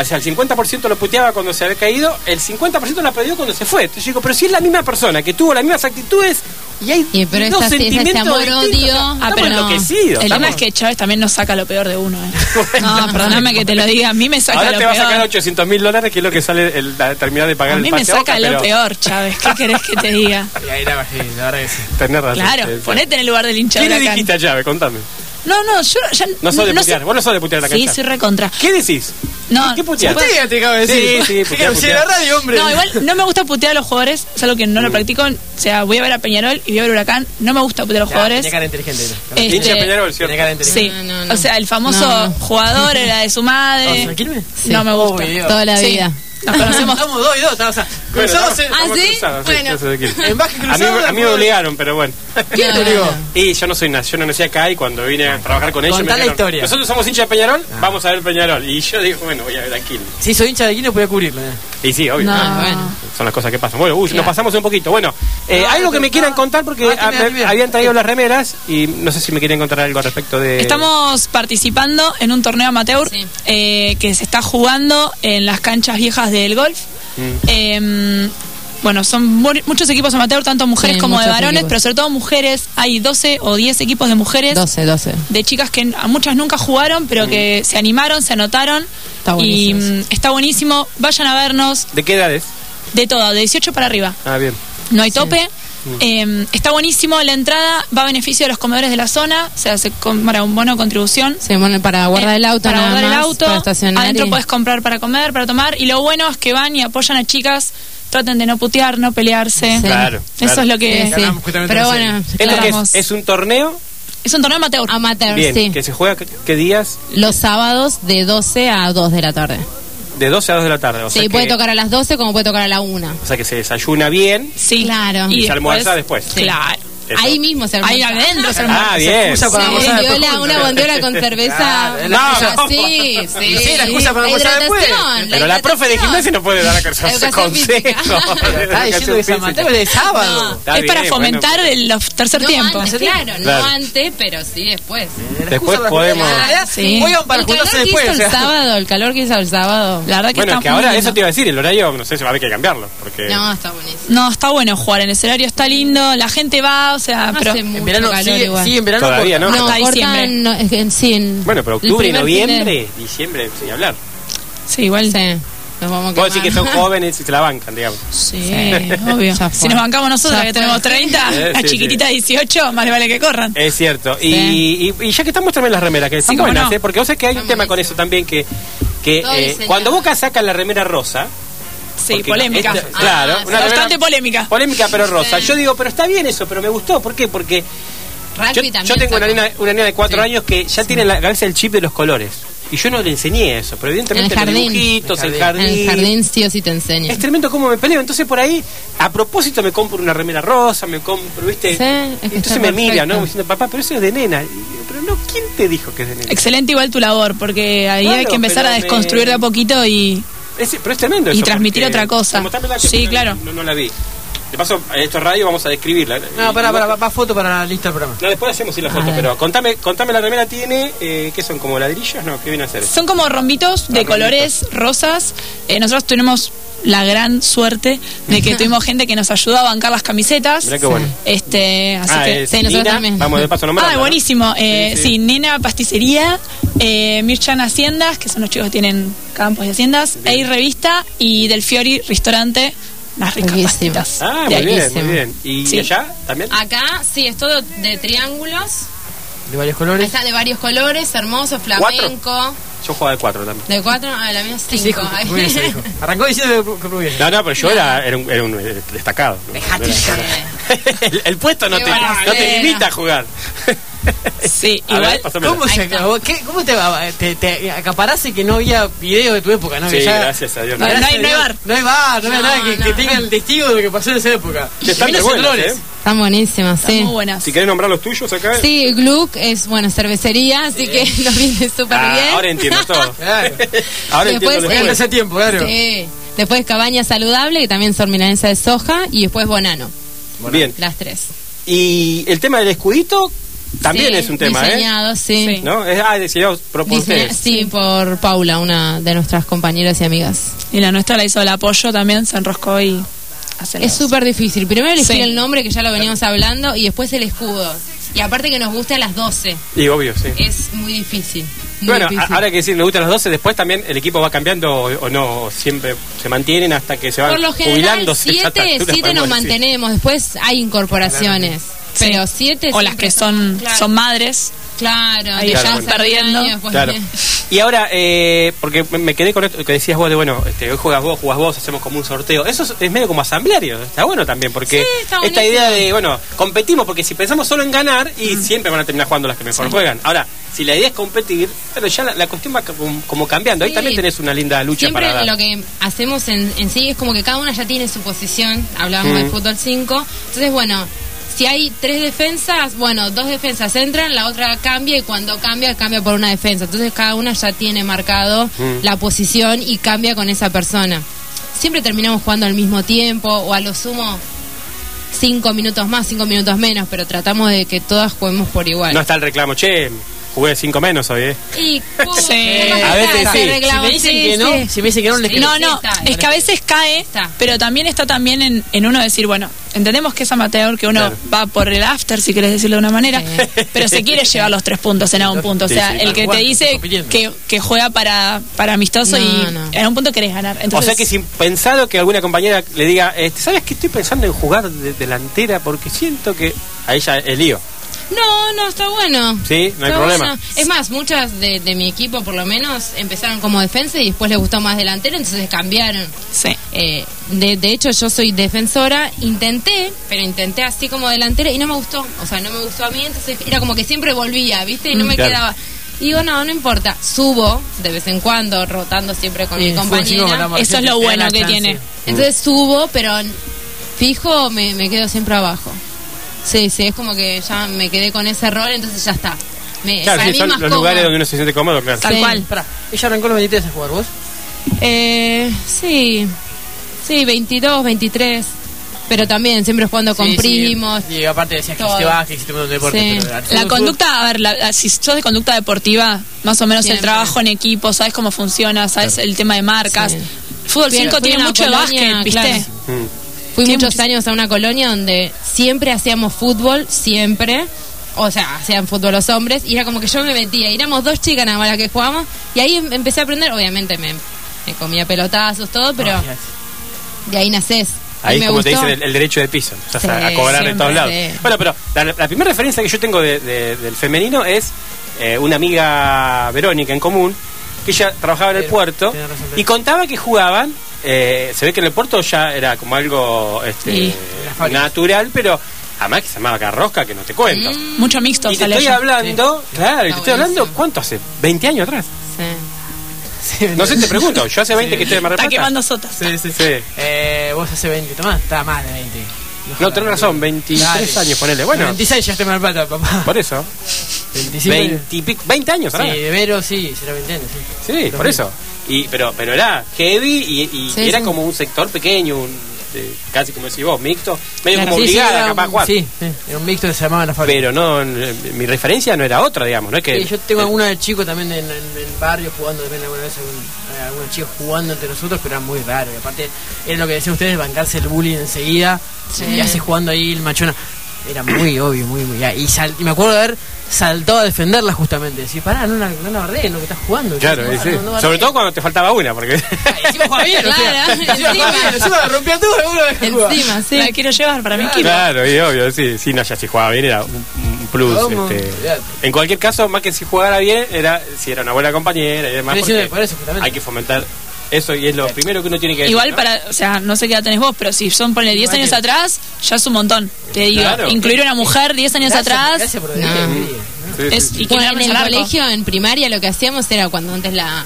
Speaker 2: O sea, el 50% lo puteaba cuando se había caído, el 50% la perdió cuando se fue. Entonces yo digo, pero si es la misma persona, que tuvo las mismas actitudes y hay
Speaker 4: Y, pero
Speaker 2: dos
Speaker 4: esa- ese
Speaker 2: sentimientos
Speaker 4: amor-odio-
Speaker 2: distintos.
Speaker 3: Ah,
Speaker 2: Estamos
Speaker 3: pero no.
Speaker 2: enloquecidos.
Speaker 3: El
Speaker 2: estamos-
Speaker 3: tema es que Chávez también nos saca lo peor de uno. eh.
Speaker 2: Bueno.
Speaker 3: no, perdóname que te lo diga. A mí me saca
Speaker 2: Ahora
Speaker 3: lo
Speaker 2: te va a sacar
Speaker 3: peor.
Speaker 2: 800 mil dólares, que es lo que sale el, la- terminar de pagar
Speaker 3: a
Speaker 2: el
Speaker 3: mí me
Speaker 2: pase a
Speaker 3: saca
Speaker 2: Boca,
Speaker 3: lo
Speaker 2: pero
Speaker 3: peor, Chávez. ¿Qué querés que te diga?
Speaker 1: Y ahí la bajé, la verdad que sí.
Speaker 2: Tenés razón.
Speaker 3: Claro,
Speaker 2: Sí, sí.
Speaker 3: ponete en el lugar del hincha de
Speaker 2: ¿Qué le
Speaker 3: Huracán.
Speaker 2: dijiste a Chávez? Contame.
Speaker 3: No, no, yo ya
Speaker 2: No sos de putear.
Speaker 3: sé-
Speaker 2: Vos no sos de putear la
Speaker 3: Sí,
Speaker 2: cancha.
Speaker 3: soy recontra.
Speaker 2: ¿Qué decís?
Speaker 3: No,
Speaker 2: ¿Qué putear?
Speaker 3: Usted
Speaker 1: te acabo de decir.
Speaker 2: Sí, sí, putea,
Speaker 1: Fíjate,
Speaker 2: putea.
Speaker 1: la radio, hombre.
Speaker 3: No, igual no me gusta putear a los jugadores, es algo que
Speaker 2: Mm.
Speaker 3: no lo practico. O sea, voy a ver a Peñarol y voy a ver a Huracán. No me gusta putear a los
Speaker 1: Ya,
Speaker 3: jugadores.
Speaker 1: Tenía cara inteligente. era.
Speaker 3: Eh,
Speaker 2: Hincha
Speaker 3: Este-
Speaker 2: Peñarol, ¿cierto?
Speaker 1: Tenía cara
Speaker 3: Sí.
Speaker 1: inteligente.
Speaker 4: No, no, no.
Speaker 3: O sea, el famoso
Speaker 4: No, no.
Speaker 3: jugador era de su madre.
Speaker 1: ¿Vamos a tranquilme?
Speaker 3: No me gusta.
Speaker 1: Uy, Dios.
Speaker 4: Toda la
Speaker 3: Sí.
Speaker 4: vida.
Speaker 3: Nos conocemos.
Speaker 1: Estamos dos y dos. estamos, o sea,
Speaker 2: Bueno,
Speaker 1: cruzados en-
Speaker 2: estamos-
Speaker 3: ¿Ah,
Speaker 2: estamos
Speaker 4: ¿sí?
Speaker 2: cruzados,
Speaker 4: Bueno.
Speaker 2: yo sé de quién.
Speaker 1: En baje
Speaker 2: A mí,
Speaker 1: cruzado,
Speaker 2: a mí me
Speaker 1: fútbol.
Speaker 2: obligaron, pero bueno.
Speaker 1: ¿Quién te
Speaker 4: No,
Speaker 1: obligó?
Speaker 4: no.
Speaker 2: Y yo no soy na- yo no nací acá y cuando vine a trabajar con ellos
Speaker 1: Contá
Speaker 2: me
Speaker 1: la
Speaker 2: dijeron,
Speaker 1: historia.
Speaker 2: nosotros somos hinchas de Peñarol, vamos a ver Peñarol. Y yo digo, bueno, voy a ver a Quilmes.
Speaker 1: Si soy hincha de aquí no podía cubrirlo. eh.
Speaker 2: Y sí, obvio.
Speaker 3: No.
Speaker 4: bueno.
Speaker 2: Son las cosas que pasan. Bueno, uy, nos
Speaker 3: Claro.
Speaker 2: pasamos un poquito. Bueno, eh,
Speaker 1: No,
Speaker 2: algo que
Speaker 1: pero
Speaker 2: me quieran
Speaker 1: no.
Speaker 2: contar porque
Speaker 1: Ah,
Speaker 2: ah,
Speaker 1: tenés
Speaker 2: me-
Speaker 1: bien.
Speaker 2: habían traído las remeras y no sé si me quieren contar algo al respecto de.
Speaker 3: Estamos participando en un torneo amateur
Speaker 4: Eh. Sí.
Speaker 3: eh, que se está jugando en las canchas viejas del golf.
Speaker 2: Mm.
Speaker 3: Eh, bueno, son mu- muchos equipos amateur, tanto mujeres
Speaker 4: Sí,
Speaker 3: como de
Speaker 4: muchos
Speaker 3: varones,
Speaker 4: equipos.
Speaker 3: pero sobre todo mujeres. Hay 12 o 10 equipos de mujeres,
Speaker 4: 12, 12.
Speaker 3: de chicas que n- a muchas nunca jugaron,
Speaker 4: Mm.
Speaker 3: pero que se animaron, se anotaron.
Speaker 4: Está
Speaker 3: y
Speaker 4: buenísimo
Speaker 3: mm, está buenísimo. Vayan a vernos
Speaker 2: ¿De qué edades?
Speaker 3: de todo, de 18 para arriba.
Speaker 2: Ah, bien.
Speaker 3: No hay tope. Eh, está buenísimo la entrada, va a beneficio de los comedores de la zona, o sea, se compra un bono de contribución.
Speaker 4: Se pone para guardar el auto,
Speaker 3: Eh, Para
Speaker 4: nada
Speaker 3: guardar el
Speaker 4: más,
Speaker 3: auto.
Speaker 4: para estacionar.
Speaker 3: Adentro
Speaker 4: y-
Speaker 3: puedes comprar para comer, para tomar. Y lo bueno es que van y apoyan a chicas. Traten de no putear, no pelearse.
Speaker 4: Sí.
Speaker 2: Claro.
Speaker 3: Eso
Speaker 2: claro.
Speaker 3: es lo que.
Speaker 4: Sí, sí.
Speaker 1: Ganamos justamente
Speaker 4: Pero
Speaker 1: recién.
Speaker 4: bueno,
Speaker 2: ¿Esto qué
Speaker 3: Vamos.
Speaker 2: es? ¿Es un torneo?
Speaker 3: Es un torneo amateur.
Speaker 4: amateur,
Speaker 2: Bien.
Speaker 4: sí.
Speaker 2: ¿Que se juega qué, qué días?
Speaker 4: Los sábados de 12 a 2 de la tarde.
Speaker 2: De 12 a 2 de la tarde. O
Speaker 4: sí,
Speaker 2: sea
Speaker 4: puede
Speaker 2: que,
Speaker 4: tocar a las 12 como puede tocar a la 1.
Speaker 2: O sea que se desayuna bien.
Speaker 3: Sí.
Speaker 4: Claro.
Speaker 2: Y se almuerza después. Sí.
Speaker 3: Claro.
Speaker 2: Eso.
Speaker 4: Ahí mismo se
Speaker 3: Ahí adentro se almuerza.
Speaker 2: Ah,
Speaker 1: Se
Speaker 2: bien.
Speaker 1: excusa para
Speaker 4: Sí,
Speaker 1: almorzar después
Speaker 4: bondiola,
Speaker 1: juntos.
Speaker 4: una bondiola con cerveza.
Speaker 1: Claro, es
Speaker 2: la
Speaker 4: Ah,
Speaker 2: excusa.
Speaker 4: sí, sí.
Speaker 1: Sí, la excusa para almorzar después.
Speaker 4: hidratación,
Speaker 2: Pero la profe de
Speaker 4: hidratación.
Speaker 2: gimnasia no puede dar consejos.
Speaker 4: Educación física.
Speaker 1: Pero Está diciendo que es amateur de sábado.
Speaker 2: Está
Speaker 3: es para
Speaker 2: bien,
Speaker 3: fomentar
Speaker 2: bueno.
Speaker 3: el los tercer
Speaker 4: No
Speaker 3: tiempo.
Speaker 4: antes, claro,
Speaker 2: Claro.
Speaker 4: no antes, pero sí después. Ah,
Speaker 1: La
Speaker 2: Después
Speaker 1: excusa para
Speaker 2: podemos-
Speaker 1: juntarse. La verdad,
Speaker 3: Sí.
Speaker 1: Juegan para
Speaker 4: el calor
Speaker 1: juntarse
Speaker 4: que
Speaker 1: después.
Speaker 4: hizo
Speaker 1: o
Speaker 4: el
Speaker 1: sea.
Speaker 4: sábado, el calor que hizo el sábado.
Speaker 3: La verdad que
Speaker 2: Bueno,
Speaker 3: está
Speaker 2: es que
Speaker 3: muy
Speaker 2: ahora
Speaker 3: lindo.
Speaker 2: eso te iba a decir, el horario, no sé, se va a haber que cambiarlo. Porque...
Speaker 4: No, está buenísimo.
Speaker 3: No, está bueno jugar en ese horario, está lindo, la gente va, o sea, pero
Speaker 4: Hace mucho
Speaker 1: En verano,
Speaker 4: calor
Speaker 1: sigue,
Speaker 4: igual.
Speaker 1: sigue en verano.
Speaker 2: Todavía,
Speaker 1: corta.
Speaker 2: ¿no?
Speaker 3: hasta
Speaker 4: cortan,
Speaker 3: diciembre.
Speaker 4: no, es que en- sí, en-
Speaker 2: Bueno, pero
Speaker 4: el
Speaker 2: octubre,
Speaker 4: primer fin de-
Speaker 2: noviembre, diciembre, sin hablar.
Speaker 3: sí, igual.
Speaker 4: Sí, nos vamos a
Speaker 2: Vos decís que
Speaker 4: quemar.
Speaker 2: son jóvenes y se la bancan, digamos.
Speaker 3: Sí,
Speaker 4: Ya
Speaker 3: obvio.
Speaker 4: fue.
Speaker 3: Si nos bancamos nosotros,
Speaker 4: Ya
Speaker 3: que
Speaker 4: fue.
Speaker 3: tenemos 30,
Speaker 2: Eh,
Speaker 3: las
Speaker 2: sí, Eh,
Speaker 3: chiquititas 18, más le vale que corran.
Speaker 2: Es cierto. Y,
Speaker 4: Sí.
Speaker 2: y- y ya que estamos también las remeras, que están
Speaker 3: cómo
Speaker 2: buenas,
Speaker 3: no.
Speaker 2: ¿eh? porque vos sabés que hay un
Speaker 4: Están
Speaker 2: tema con
Speaker 4: buenísimas.
Speaker 2: eso también, que, que
Speaker 4: Todo
Speaker 2: eh,
Speaker 4: diseñado.
Speaker 2: cuando Boca saca la remera rosa...
Speaker 3: Sí,
Speaker 2: porque
Speaker 3: polémica.
Speaker 2: esta- claro,
Speaker 4: Ah,
Speaker 2: una
Speaker 3: Bastante
Speaker 2: remera-
Speaker 3: polémica.
Speaker 2: Polémica pero rosa.
Speaker 4: Sí.
Speaker 2: Yo digo, pero está bien eso, pero me gustó. ¿Por qué? Porque
Speaker 4: Rugby
Speaker 2: yo,
Speaker 4: también
Speaker 2: yo tengo
Speaker 4: sacó.
Speaker 2: una nena, una nena de cuatro
Speaker 4: Sí.
Speaker 2: años que ya tiene en la cabeza el chip de los colores. Y yo no le enseñé eso, pero evidentemente
Speaker 4: En el
Speaker 2: los
Speaker 4: jardín.
Speaker 2: dibujitos, el
Speaker 1: En el
Speaker 2: jardín. Este-
Speaker 4: En el jardín sí o sí te enseña.
Speaker 2: Es tremendo cómo me peleo. Entonces por ahí, a propósito, me compro una remera rosa, me compro, ¿viste?
Speaker 4: Sí, es que
Speaker 2: Entonces
Speaker 4: está
Speaker 2: me mira,
Speaker 4: perfecto.
Speaker 2: ¿no? Diciendo, papá, pero eso es de nena. Y digo, pero no, ¿quién te dijo que es de nena?
Speaker 3: Excelente igual tu labor, porque ahí hay
Speaker 2: Claro,
Speaker 3: que empezar a
Speaker 2: pero
Speaker 3: desconstruir
Speaker 2: me-
Speaker 3: de a poquito y
Speaker 2: Es- pero es tremendo
Speaker 3: Y
Speaker 2: eso,
Speaker 3: transmitir
Speaker 2: porque-
Speaker 3: otra cosa.
Speaker 2: como tal, ¿verdad? Que
Speaker 3: Sí,
Speaker 2: no-
Speaker 3: claro.
Speaker 2: No, no la vi. De paso, en estos radio vamos a describirla.
Speaker 1: No,
Speaker 2: Y-
Speaker 1: pará,
Speaker 2: y-
Speaker 1: pará, va, va foto para la lista del programa.
Speaker 2: No, después hacemos sí la
Speaker 1: Ah,
Speaker 2: foto,
Speaker 1: dale.
Speaker 2: pero contame, contame la remera tiene, eh, ¿qué son? ¿Como ladrillos? No, ¿qué viene a ser?
Speaker 3: Son como rombitos de
Speaker 2: Ah, rombitos.
Speaker 3: colores rosas. Eh, nosotros tenemos la gran suerte de que tuvimos gente que nos ayudó a bancar las camisetas.
Speaker 2: Mirá qué bueno.
Speaker 3: Este, así
Speaker 2: Ah,
Speaker 3: que
Speaker 2: es
Speaker 3: sí, nosotros
Speaker 2: Nina,
Speaker 3: también.
Speaker 2: vamos de paso nombrando,
Speaker 3: Ah,
Speaker 2: ¿no?
Speaker 3: buenísimo. Eh,
Speaker 2: Sí,
Speaker 3: sí,
Speaker 2: sí.
Speaker 3: Nena Pasticería, eh, Mirchan Haciendas, que son los chicos que tienen campos y haciendas, EI Revista y Del Fiori Restaurante, las ricas
Speaker 5: Buenísimo.
Speaker 3: pastitas.
Speaker 2: Ah,
Speaker 3: de
Speaker 2: muy
Speaker 3: ahí.
Speaker 2: bien, muy
Speaker 5: Bellísimo.
Speaker 2: bien. ¿Y
Speaker 3: Sí.
Speaker 2: allá también?
Speaker 4: Acá sí, es todo de triángulos.
Speaker 1: De varios colores.
Speaker 4: Está de varios colores, hermoso,
Speaker 2: ¿Cuatro?
Speaker 4: flamenco.
Speaker 2: Yo jugaba de cuatro también.
Speaker 4: De cuatro,
Speaker 5: Ah,
Speaker 4: a la mía es
Speaker 1: Sí,
Speaker 4: cinco.
Speaker 1: dijo, muy bien, se dijo. Arrancó diciendo que muy bien.
Speaker 2: No, no, pero yo era, era, un, era un, eh, destacado. ¿no?
Speaker 4: Dejate
Speaker 2: No era- el, el puesto no
Speaker 4: Qué
Speaker 2: te, no te
Speaker 4: barrera.
Speaker 2: limita a jugar.
Speaker 3: Sí,
Speaker 2: A ver,
Speaker 3: igual.
Speaker 2: pásamela.
Speaker 1: ¿Cómo
Speaker 4: Ahí
Speaker 1: se
Speaker 4: está.
Speaker 1: acabó? ¿Qué- ¿Cómo te, va- te, te acaparaste que no había video de tu época? ¿no?
Speaker 2: Sí,
Speaker 1: Que ya-
Speaker 2: gracias a Dios.
Speaker 3: No,
Speaker 1: Gracias
Speaker 3: no hay-
Speaker 1: a
Speaker 3: no hay
Speaker 1: Dios,
Speaker 3: bar.
Speaker 1: No hay bar, no, hay
Speaker 4: No,
Speaker 1: nada que,
Speaker 4: no.
Speaker 1: que tenga el testigo de lo que pasó en esa época.
Speaker 2: Che, están
Speaker 1: Miles
Speaker 2: re
Speaker 1: y
Speaker 2: buenas,
Speaker 1: Dolores.
Speaker 2: ¿eh?
Speaker 5: Están buenísimas,
Speaker 3: Están
Speaker 5: sí.
Speaker 3: muy buenas.
Speaker 2: Si querés nombrar los tuyos acá.
Speaker 5: Sí, Gluck es, bueno, cervecería, así que lo viene súper
Speaker 2: Ah,
Speaker 5: bien.
Speaker 2: ahora entiendo todo.
Speaker 1: Claro.
Speaker 5: Después,
Speaker 2: ahora entiendo
Speaker 1: Bueno,
Speaker 2: después.
Speaker 1: hace tiempo, claro.
Speaker 5: Sí. Después Cabaña Saludable, que también son milanesa de soja, y después Bonano,
Speaker 2: Bien.
Speaker 5: las tres.
Speaker 2: Y el tema del escudito también
Speaker 5: Sí,
Speaker 2: es un tema, ¿eh?
Speaker 5: diseñado, sí.
Speaker 3: Sí.
Speaker 2: ¿No? Es, ah, diseñado por por
Speaker 5: Diseña-
Speaker 2: ustedes.
Speaker 5: sí, por Paula, una de nuestras compañeras y amigas.
Speaker 3: Y la nuestra la hizo el apoyo también, se enroscó y hace
Speaker 5: Es súper difícil. Primero elegir
Speaker 3: Sí.
Speaker 5: el nombre, que ya lo veníamos hablando, y después
Speaker 4: Después el escudo. Y aparte que nos gusta a las 12.
Speaker 2: Y obvio, sí.
Speaker 4: Es muy difícil. muy
Speaker 2: Bueno,
Speaker 4: difícil.
Speaker 2: a- ahora que decir, me gustan las 12, después también el equipo va cambiando o, o no, o siempre se mantienen hasta que se van
Speaker 4: Por lo general,
Speaker 2: jubilándose. ya está,
Speaker 4: siete,
Speaker 2: no
Speaker 4: siete
Speaker 2: podemos
Speaker 4: nos
Speaker 2: decir.
Speaker 4: mantenemos. Después hay incorporaciones.
Speaker 3: Sí.
Speaker 4: Pero siete
Speaker 3: O las
Speaker 4: siempre
Speaker 3: que son,
Speaker 4: claro,
Speaker 3: son madres.
Speaker 4: Claro,
Speaker 3: Ahí
Speaker 4: que
Speaker 2: Claro,
Speaker 4: ya
Speaker 2: bueno.
Speaker 4: se
Speaker 3: perdiendo.
Speaker 4: años, pues,
Speaker 2: Claro. Y ahora, eh, porque me- me quedé con esto que decías vos de, bueno, este, hoy juegas vos, jugás vos, hacemos como un sorteo. Eso es, es medio como asambleario, está bueno también, porque
Speaker 4: Sí, está
Speaker 2: esta
Speaker 4: buenísimo. Mm.
Speaker 2: idea de, bueno, competimos, porque si pensamos solo en ganar, y siempre van a terminar jugando las que mejor juegan. Ahora, si la idea es competir, pero ya la, la cuestión va como, como cambiando. Ahí
Speaker 4: Sí.
Speaker 2: también tenés una linda lucha
Speaker 4: Siempre
Speaker 2: para dar.
Speaker 4: lo que hacemos en, en sí es como que cada una ya tiene su posición. Hablábamos
Speaker 2: Mm.
Speaker 4: de fútbol 5. Entonces, bueno, si hay tres defensas, bueno, dos defensas entran, la otra cambia y cuando cambia, cambia por una defensa. Entonces, cada una ya tiene marcado
Speaker 2: Mm.
Speaker 4: la posición y cambia con esa persona. Siempre terminamos jugando al mismo tiempo o a lo sumo cinco minutos más, cinco minutos menos, pero tratamos de que todas juguemos por igual.
Speaker 2: No está el reclamo, che, jugué cinco menos hoy, eh.
Speaker 4: Y, puta,
Speaker 3: Sí.
Speaker 4: ¿cómo
Speaker 2: A veces
Speaker 4: está?
Speaker 2: sí.
Speaker 4: Se
Speaker 2: Si me
Speaker 1: Si
Speaker 4: reclama,
Speaker 1: me dicen
Speaker 4: sí,
Speaker 1: que no,
Speaker 4: sí.
Speaker 1: si me dicen que no, les
Speaker 4: Sí.
Speaker 1: creo.
Speaker 3: No, no,
Speaker 4: está,
Speaker 3: es que a veces cae,
Speaker 4: Está.
Speaker 3: pero también está también en, en uno decir, bueno, entendemos que es amateur, que uno
Speaker 2: Claro.
Speaker 3: va por el after, si quieres decirlo de una manera, pero se quiere llevar los tres puntos en algún punto. O
Speaker 2: Sí,
Speaker 3: sea,
Speaker 2: sí,
Speaker 3: el
Speaker 2: tal
Speaker 3: que
Speaker 1: cual,
Speaker 3: te dice
Speaker 1: compitiendo.
Speaker 3: que, que juega para, para amistoso
Speaker 5: No,
Speaker 3: y
Speaker 5: no.
Speaker 3: en algún punto querés ganar. Entonces,
Speaker 2: o sea que sin pensado que alguna compañera le diga, este, ¿sabes que estoy pensando en jugar de delantera? Porque siento que. Ahí ya es lío.
Speaker 4: No, no, está bueno.
Speaker 2: Sí, no hay
Speaker 4: Está
Speaker 2: problema.
Speaker 4: bueno. Es más, muchas de, de mi equipo, por lo menos, empezaron como defensa y después les gustó más delantero, entonces cambiaron.
Speaker 3: Sí.
Speaker 4: Eh, de, de hecho, yo soy defensora, intenté, pero intenté así como delantera y no me gustó. O sea, no me gustó a mí, entonces era como que siempre volvía, ¿viste? Y no me
Speaker 2: Mm, Claro.
Speaker 4: quedaba. Y digo, no, no importa. Subo de vez en cuando, rotando siempre con
Speaker 1: Sí,
Speaker 4: mi
Speaker 1: fue así como
Speaker 4: compañera.
Speaker 1: hablamos
Speaker 3: Eso es
Speaker 1: recién, te
Speaker 3: lo
Speaker 1: da
Speaker 3: bueno
Speaker 1: la
Speaker 3: que
Speaker 1: chance. Mm.
Speaker 3: tiene.
Speaker 4: Entonces subo, pero n- fijo me, me quedo siempre abajo. Sí, sí, es como que ya me quedé con ese rol, entonces ya está. Me,
Speaker 2: Claro,
Speaker 4: para
Speaker 2: sí,
Speaker 4: mí
Speaker 2: son
Speaker 4: es más
Speaker 2: los
Speaker 4: cómodo.
Speaker 2: lugares donde uno se siente cómodo, claro.
Speaker 3: Tal
Speaker 4: Sí.
Speaker 3: cual.
Speaker 1: Pará, ella arrancó los 23 a jugar, ¿vos?
Speaker 4: Eh, sí, sí, 22, 23. Pero también siempre jugando con
Speaker 1: Sí, sí.
Speaker 4: primos.
Speaker 1: Y aparte decías que
Speaker 4: todo.
Speaker 1: hiciste básquet, hiciste un montón de deportes.
Speaker 4: Sí.
Speaker 1: pero Ah, al
Speaker 3: La
Speaker 1: fútbol-
Speaker 3: conducta, a ver, la- la- si sos de conducta deportiva, más o menos el
Speaker 4: Siempre.
Speaker 3: trabajo en equipo, sabes cómo funciona, sabes el tema de marcas.
Speaker 4: Sí.
Speaker 3: Fútbol
Speaker 4: Bien,
Speaker 3: 5
Speaker 4: fui
Speaker 3: tiene
Speaker 4: a una
Speaker 3: mucho de
Speaker 4: colonia,
Speaker 3: básquet, ¿viste?
Speaker 4: claro.
Speaker 2: Mm.
Speaker 4: Fui
Speaker 3: Sí,
Speaker 4: muchos
Speaker 3: muchis-
Speaker 4: años a una colonia donde siempre hacíamos fútbol, siempre. O sea, hacían fútbol los hombres. Y era como que yo me metía. Y éramos dos chicas nada más las que jugábamos. Y ahí em- empecé a aprender. Obviamente me, me comía pelotazos, todo, pero
Speaker 1: Ah, fíjate.
Speaker 4: de ahí nacés.
Speaker 2: Ahí
Speaker 4: y
Speaker 2: es
Speaker 4: me
Speaker 2: como
Speaker 4: gustó.
Speaker 2: te dicen el, el derecho de piso, o sea,
Speaker 4: Sí,
Speaker 2: a cobrar de
Speaker 4: siempre,
Speaker 2: todos lados.
Speaker 4: sí.
Speaker 2: Bueno, pero la, la primera referencia que yo tengo de- de- del femenino es eh, una amiga Verónica en común, que ella trabajaba en el
Speaker 1: Pero,
Speaker 2: puerto
Speaker 1: tenés razón,
Speaker 2: y
Speaker 1: tenés.
Speaker 2: contaba que jugaban. eh, se ve que en el puerto ya era como algo este,
Speaker 3: Sí.
Speaker 1: Las fábricas.
Speaker 2: natural, pero además que se llamaba carrosca, que no te cuento.
Speaker 4: Mm.
Speaker 3: Mucho mixto
Speaker 2: Y te
Speaker 3: sale
Speaker 2: estoy
Speaker 3: allá.
Speaker 2: hablando, claro, y te
Speaker 4: Está
Speaker 2: estoy hablando,
Speaker 4: buenísimo.
Speaker 2: ¿cuánto hace? ¿20 años atrás?
Speaker 4: Sí.
Speaker 1: Sí,
Speaker 2: No sé, te pregunto, yo hace 20 que estoy en Mar del
Speaker 3: Está
Speaker 2: Plata.
Speaker 3: quemando sotas.
Speaker 1: Sí, sí, sí.
Speaker 2: Sí.
Speaker 1: Eh, vos hace 20, Tomás, está más de 20.
Speaker 2: No, tenés razón, 23 años, ponele. Bueno.
Speaker 1: 26 ya está mal pata, papá.
Speaker 2: Por eso.
Speaker 1: 25.
Speaker 2: 20, y pico- 20 años,
Speaker 1: Sí,
Speaker 2: ¿verdad?
Speaker 1: de Vero sí, será 20 años,
Speaker 2: Sí, por eso. Y, pero, pero era heavy y, y
Speaker 5: Sí,
Speaker 2: era
Speaker 5: sí.
Speaker 2: como un sector pequeño, un de- casi como decís vos, mixto, medio
Speaker 1: Claro,
Speaker 2: como
Speaker 1: sí, sí,
Speaker 2: obligada,
Speaker 1: era un-
Speaker 2: capaz, Juan.
Speaker 1: Sí, sí, era un mixto que se llamaba en la fábrica.
Speaker 2: Pero no, n- mi referencia no era otra, digamos, ¿no? Es que eh,
Speaker 1: Sí, yo tengo alguna de chico también en, en- en barrio jugando también alguna vez algún- eh, algunos chicos jugando entre nosotros pero era muy raro y aparte era lo que decían ustedes bancarse el bullying enseguida y así jugando ahí el machona era muy obvio muy muy y, sal- y me acuerdo de haber saltado a defenderla justamente decir pará no la, no la barré, lo que estás jugando
Speaker 2: Claro,
Speaker 1: No,
Speaker 2: sí.
Speaker 1: no- no barré".
Speaker 2: sobre todo cuando te faltaba una, porque
Speaker 1: encima jugaba bien o sea,
Speaker 5: Claro,
Speaker 1: encima jugaba
Speaker 5: encima.
Speaker 1: bien, encima la rompía todo uno la dejaba jugar.
Speaker 5: Encima, sí.
Speaker 3: La quiero llevar para mi equipo.
Speaker 2: Claro, y obvio, sí, sí, no, ya si jugaba bien era un, un plus.
Speaker 1: Vamos,
Speaker 2: este.
Speaker 1: olvidate.
Speaker 2: En cualquier caso, más que si jugara bien, era si era una buena compañera y demás.
Speaker 1: Pero sí,
Speaker 2: porque
Speaker 1: por eso, justamente.
Speaker 2: hay que fomentar eso y es lo primero que uno tiene que decir,
Speaker 3: Igual
Speaker 2: ¿no?
Speaker 3: para, o sea, no sé qué edad tenés vos, pero si son, ponle 10
Speaker 1: Igual
Speaker 3: años
Speaker 1: que-
Speaker 3: atrás, ya es un montón. Te digo,
Speaker 2: Claro.
Speaker 3: incluir a una mujer 10 años
Speaker 1: Gracias-
Speaker 3: atrás
Speaker 1: gracias por
Speaker 5: No.
Speaker 1: venir.
Speaker 2: Sí, sí,
Speaker 3: es
Speaker 2: sí.
Speaker 3: y que
Speaker 5: Bueno,
Speaker 3: armes
Speaker 5: en el
Speaker 3: al arco.
Speaker 5: colegio, en primaria, lo que hacíamos era cuando antes la,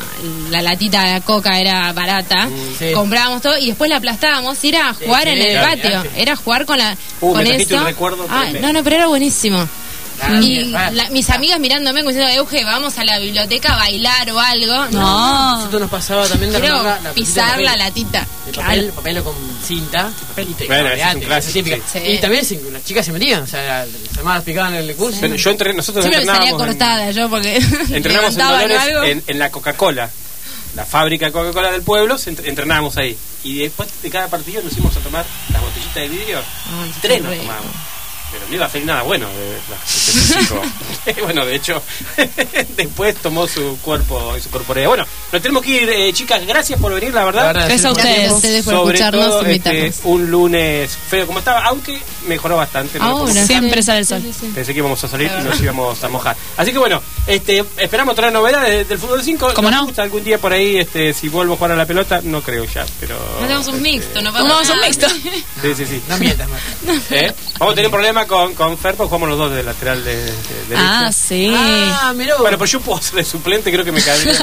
Speaker 5: la latita de coca era barata,
Speaker 1: Sí.
Speaker 5: comprábamos todo y después la aplastábamos y era a jugar
Speaker 1: sí,
Speaker 5: en el
Speaker 1: olvidate.
Speaker 5: patio. Era jugar con la
Speaker 2: Uh, me
Speaker 5: con
Speaker 2: trajiste
Speaker 5: eso.
Speaker 2: un recuerdo
Speaker 5: Ah,
Speaker 2: tremendo.
Speaker 5: no, no, pero era buenísimo.
Speaker 1: Ah,
Speaker 5: y
Speaker 1: bien, vale.
Speaker 5: la- mis amigas mirándome como diciendo, Euge, vamos a la biblioteca a bailar o algo.
Speaker 3: No.
Speaker 1: Nosotros nos pasaba también de
Speaker 5: Quiero
Speaker 1: armar la- la cosita de
Speaker 5: pisar la
Speaker 1: papel.
Speaker 5: latita.
Speaker 1: de
Speaker 5: Claro.
Speaker 1: papel, papel con cinta, papel y te
Speaker 2: Bueno, ese es un
Speaker 1: olvidate,
Speaker 2: clásico,
Speaker 1: esa es típica.
Speaker 5: sí.
Speaker 1: Y también se- las chicas se metían, o sea, las hermanas picaban en el curso.
Speaker 2: Bueno, yo entre nosotros
Speaker 5: Siempre me salía
Speaker 2: entrenábamos en-
Speaker 5: cortada yo porque
Speaker 2: Entrenamos en
Speaker 5: levantaban
Speaker 2: Dolores
Speaker 5: algo.
Speaker 2: en, en la Coca-Cola. La fábrica de Coca-Cola del pueblo, se entre- entrenábamos ahí. Y después de cada partido nos íbamos a tomar las botellitas de vidrio.
Speaker 5: Ay, qué
Speaker 2: tres nos
Speaker 5: rico.
Speaker 2: tomábamos. Pero no iba a hacer nada bueno de las- de ese chico. bueno, de hecho, después tomó su cuerpo y su corporeidad. Bueno, nos tenemos que ir, eh, chicas. Gracias por venir, la verdad.
Speaker 1: La verdad,
Speaker 3: Gracias a
Speaker 1: sí,
Speaker 5: Gracias
Speaker 3: ustedes.
Speaker 5: a ustedes por
Speaker 2: Sobre
Speaker 5: escucharnos
Speaker 2: todo,
Speaker 5: e
Speaker 2: este,
Speaker 5: invitarnos.
Speaker 2: un lunes feo como estaba, aunque mejoró bastante. no lo puedo
Speaker 5: Ahora.
Speaker 3: Siempre
Speaker 5: sí,
Speaker 3: sale el sol.
Speaker 5: sí, sí, sí.
Speaker 2: Pensé que íbamos a salir y nos íbamos a mojar. Así que bueno, este, esperamos traer novedades del fútbol 5.
Speaker 3: ¿Cómo
Speaker 2: Nos
Speaker 3: no?
Speaker 2: gusta algún día por ahí, este, si vuelvo a jugar a la pelota, no creo ya, pero.
Speaker 4: Hacemos un
Speaker 2: este,
Speaker 4: mixto, no Ah.
Speaker 3: Vamos a hacer un mixto.
Speaker 2: Sí, sí, sí.
Speaker 1: No mientas, Marta.
Speaker 2: ¿Eh? Vamos a tener un problema con, con Fer, porque jugamos los dos de lateral de, de, de
Speaker 3: Ah,
Speaker 2: derecha.
Speaker 3: sí.
Speaker 1: Ah, mirá vos.
Speaker 2: Bueno, pero yo puedo ser de suplente, creo que me cae.
Speaker 1: Sí,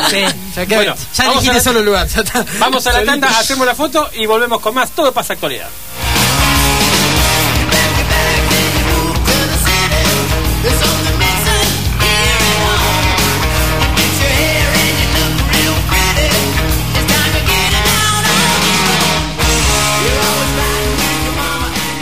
Speaker 1: ya que-
Speaker 2: Bueno,
Speaker 1: ya
Speaker 2: vamos a
Speaker 1: elegiste
Speaker 2: la-
Speaker 1: solo el lugar. ya está.
Speaker 2: Vamos a la
Speaker 1: Solito.
Speaker 2: tanda, hacemos la foto y volvemos con más. Todo pasa actualidad.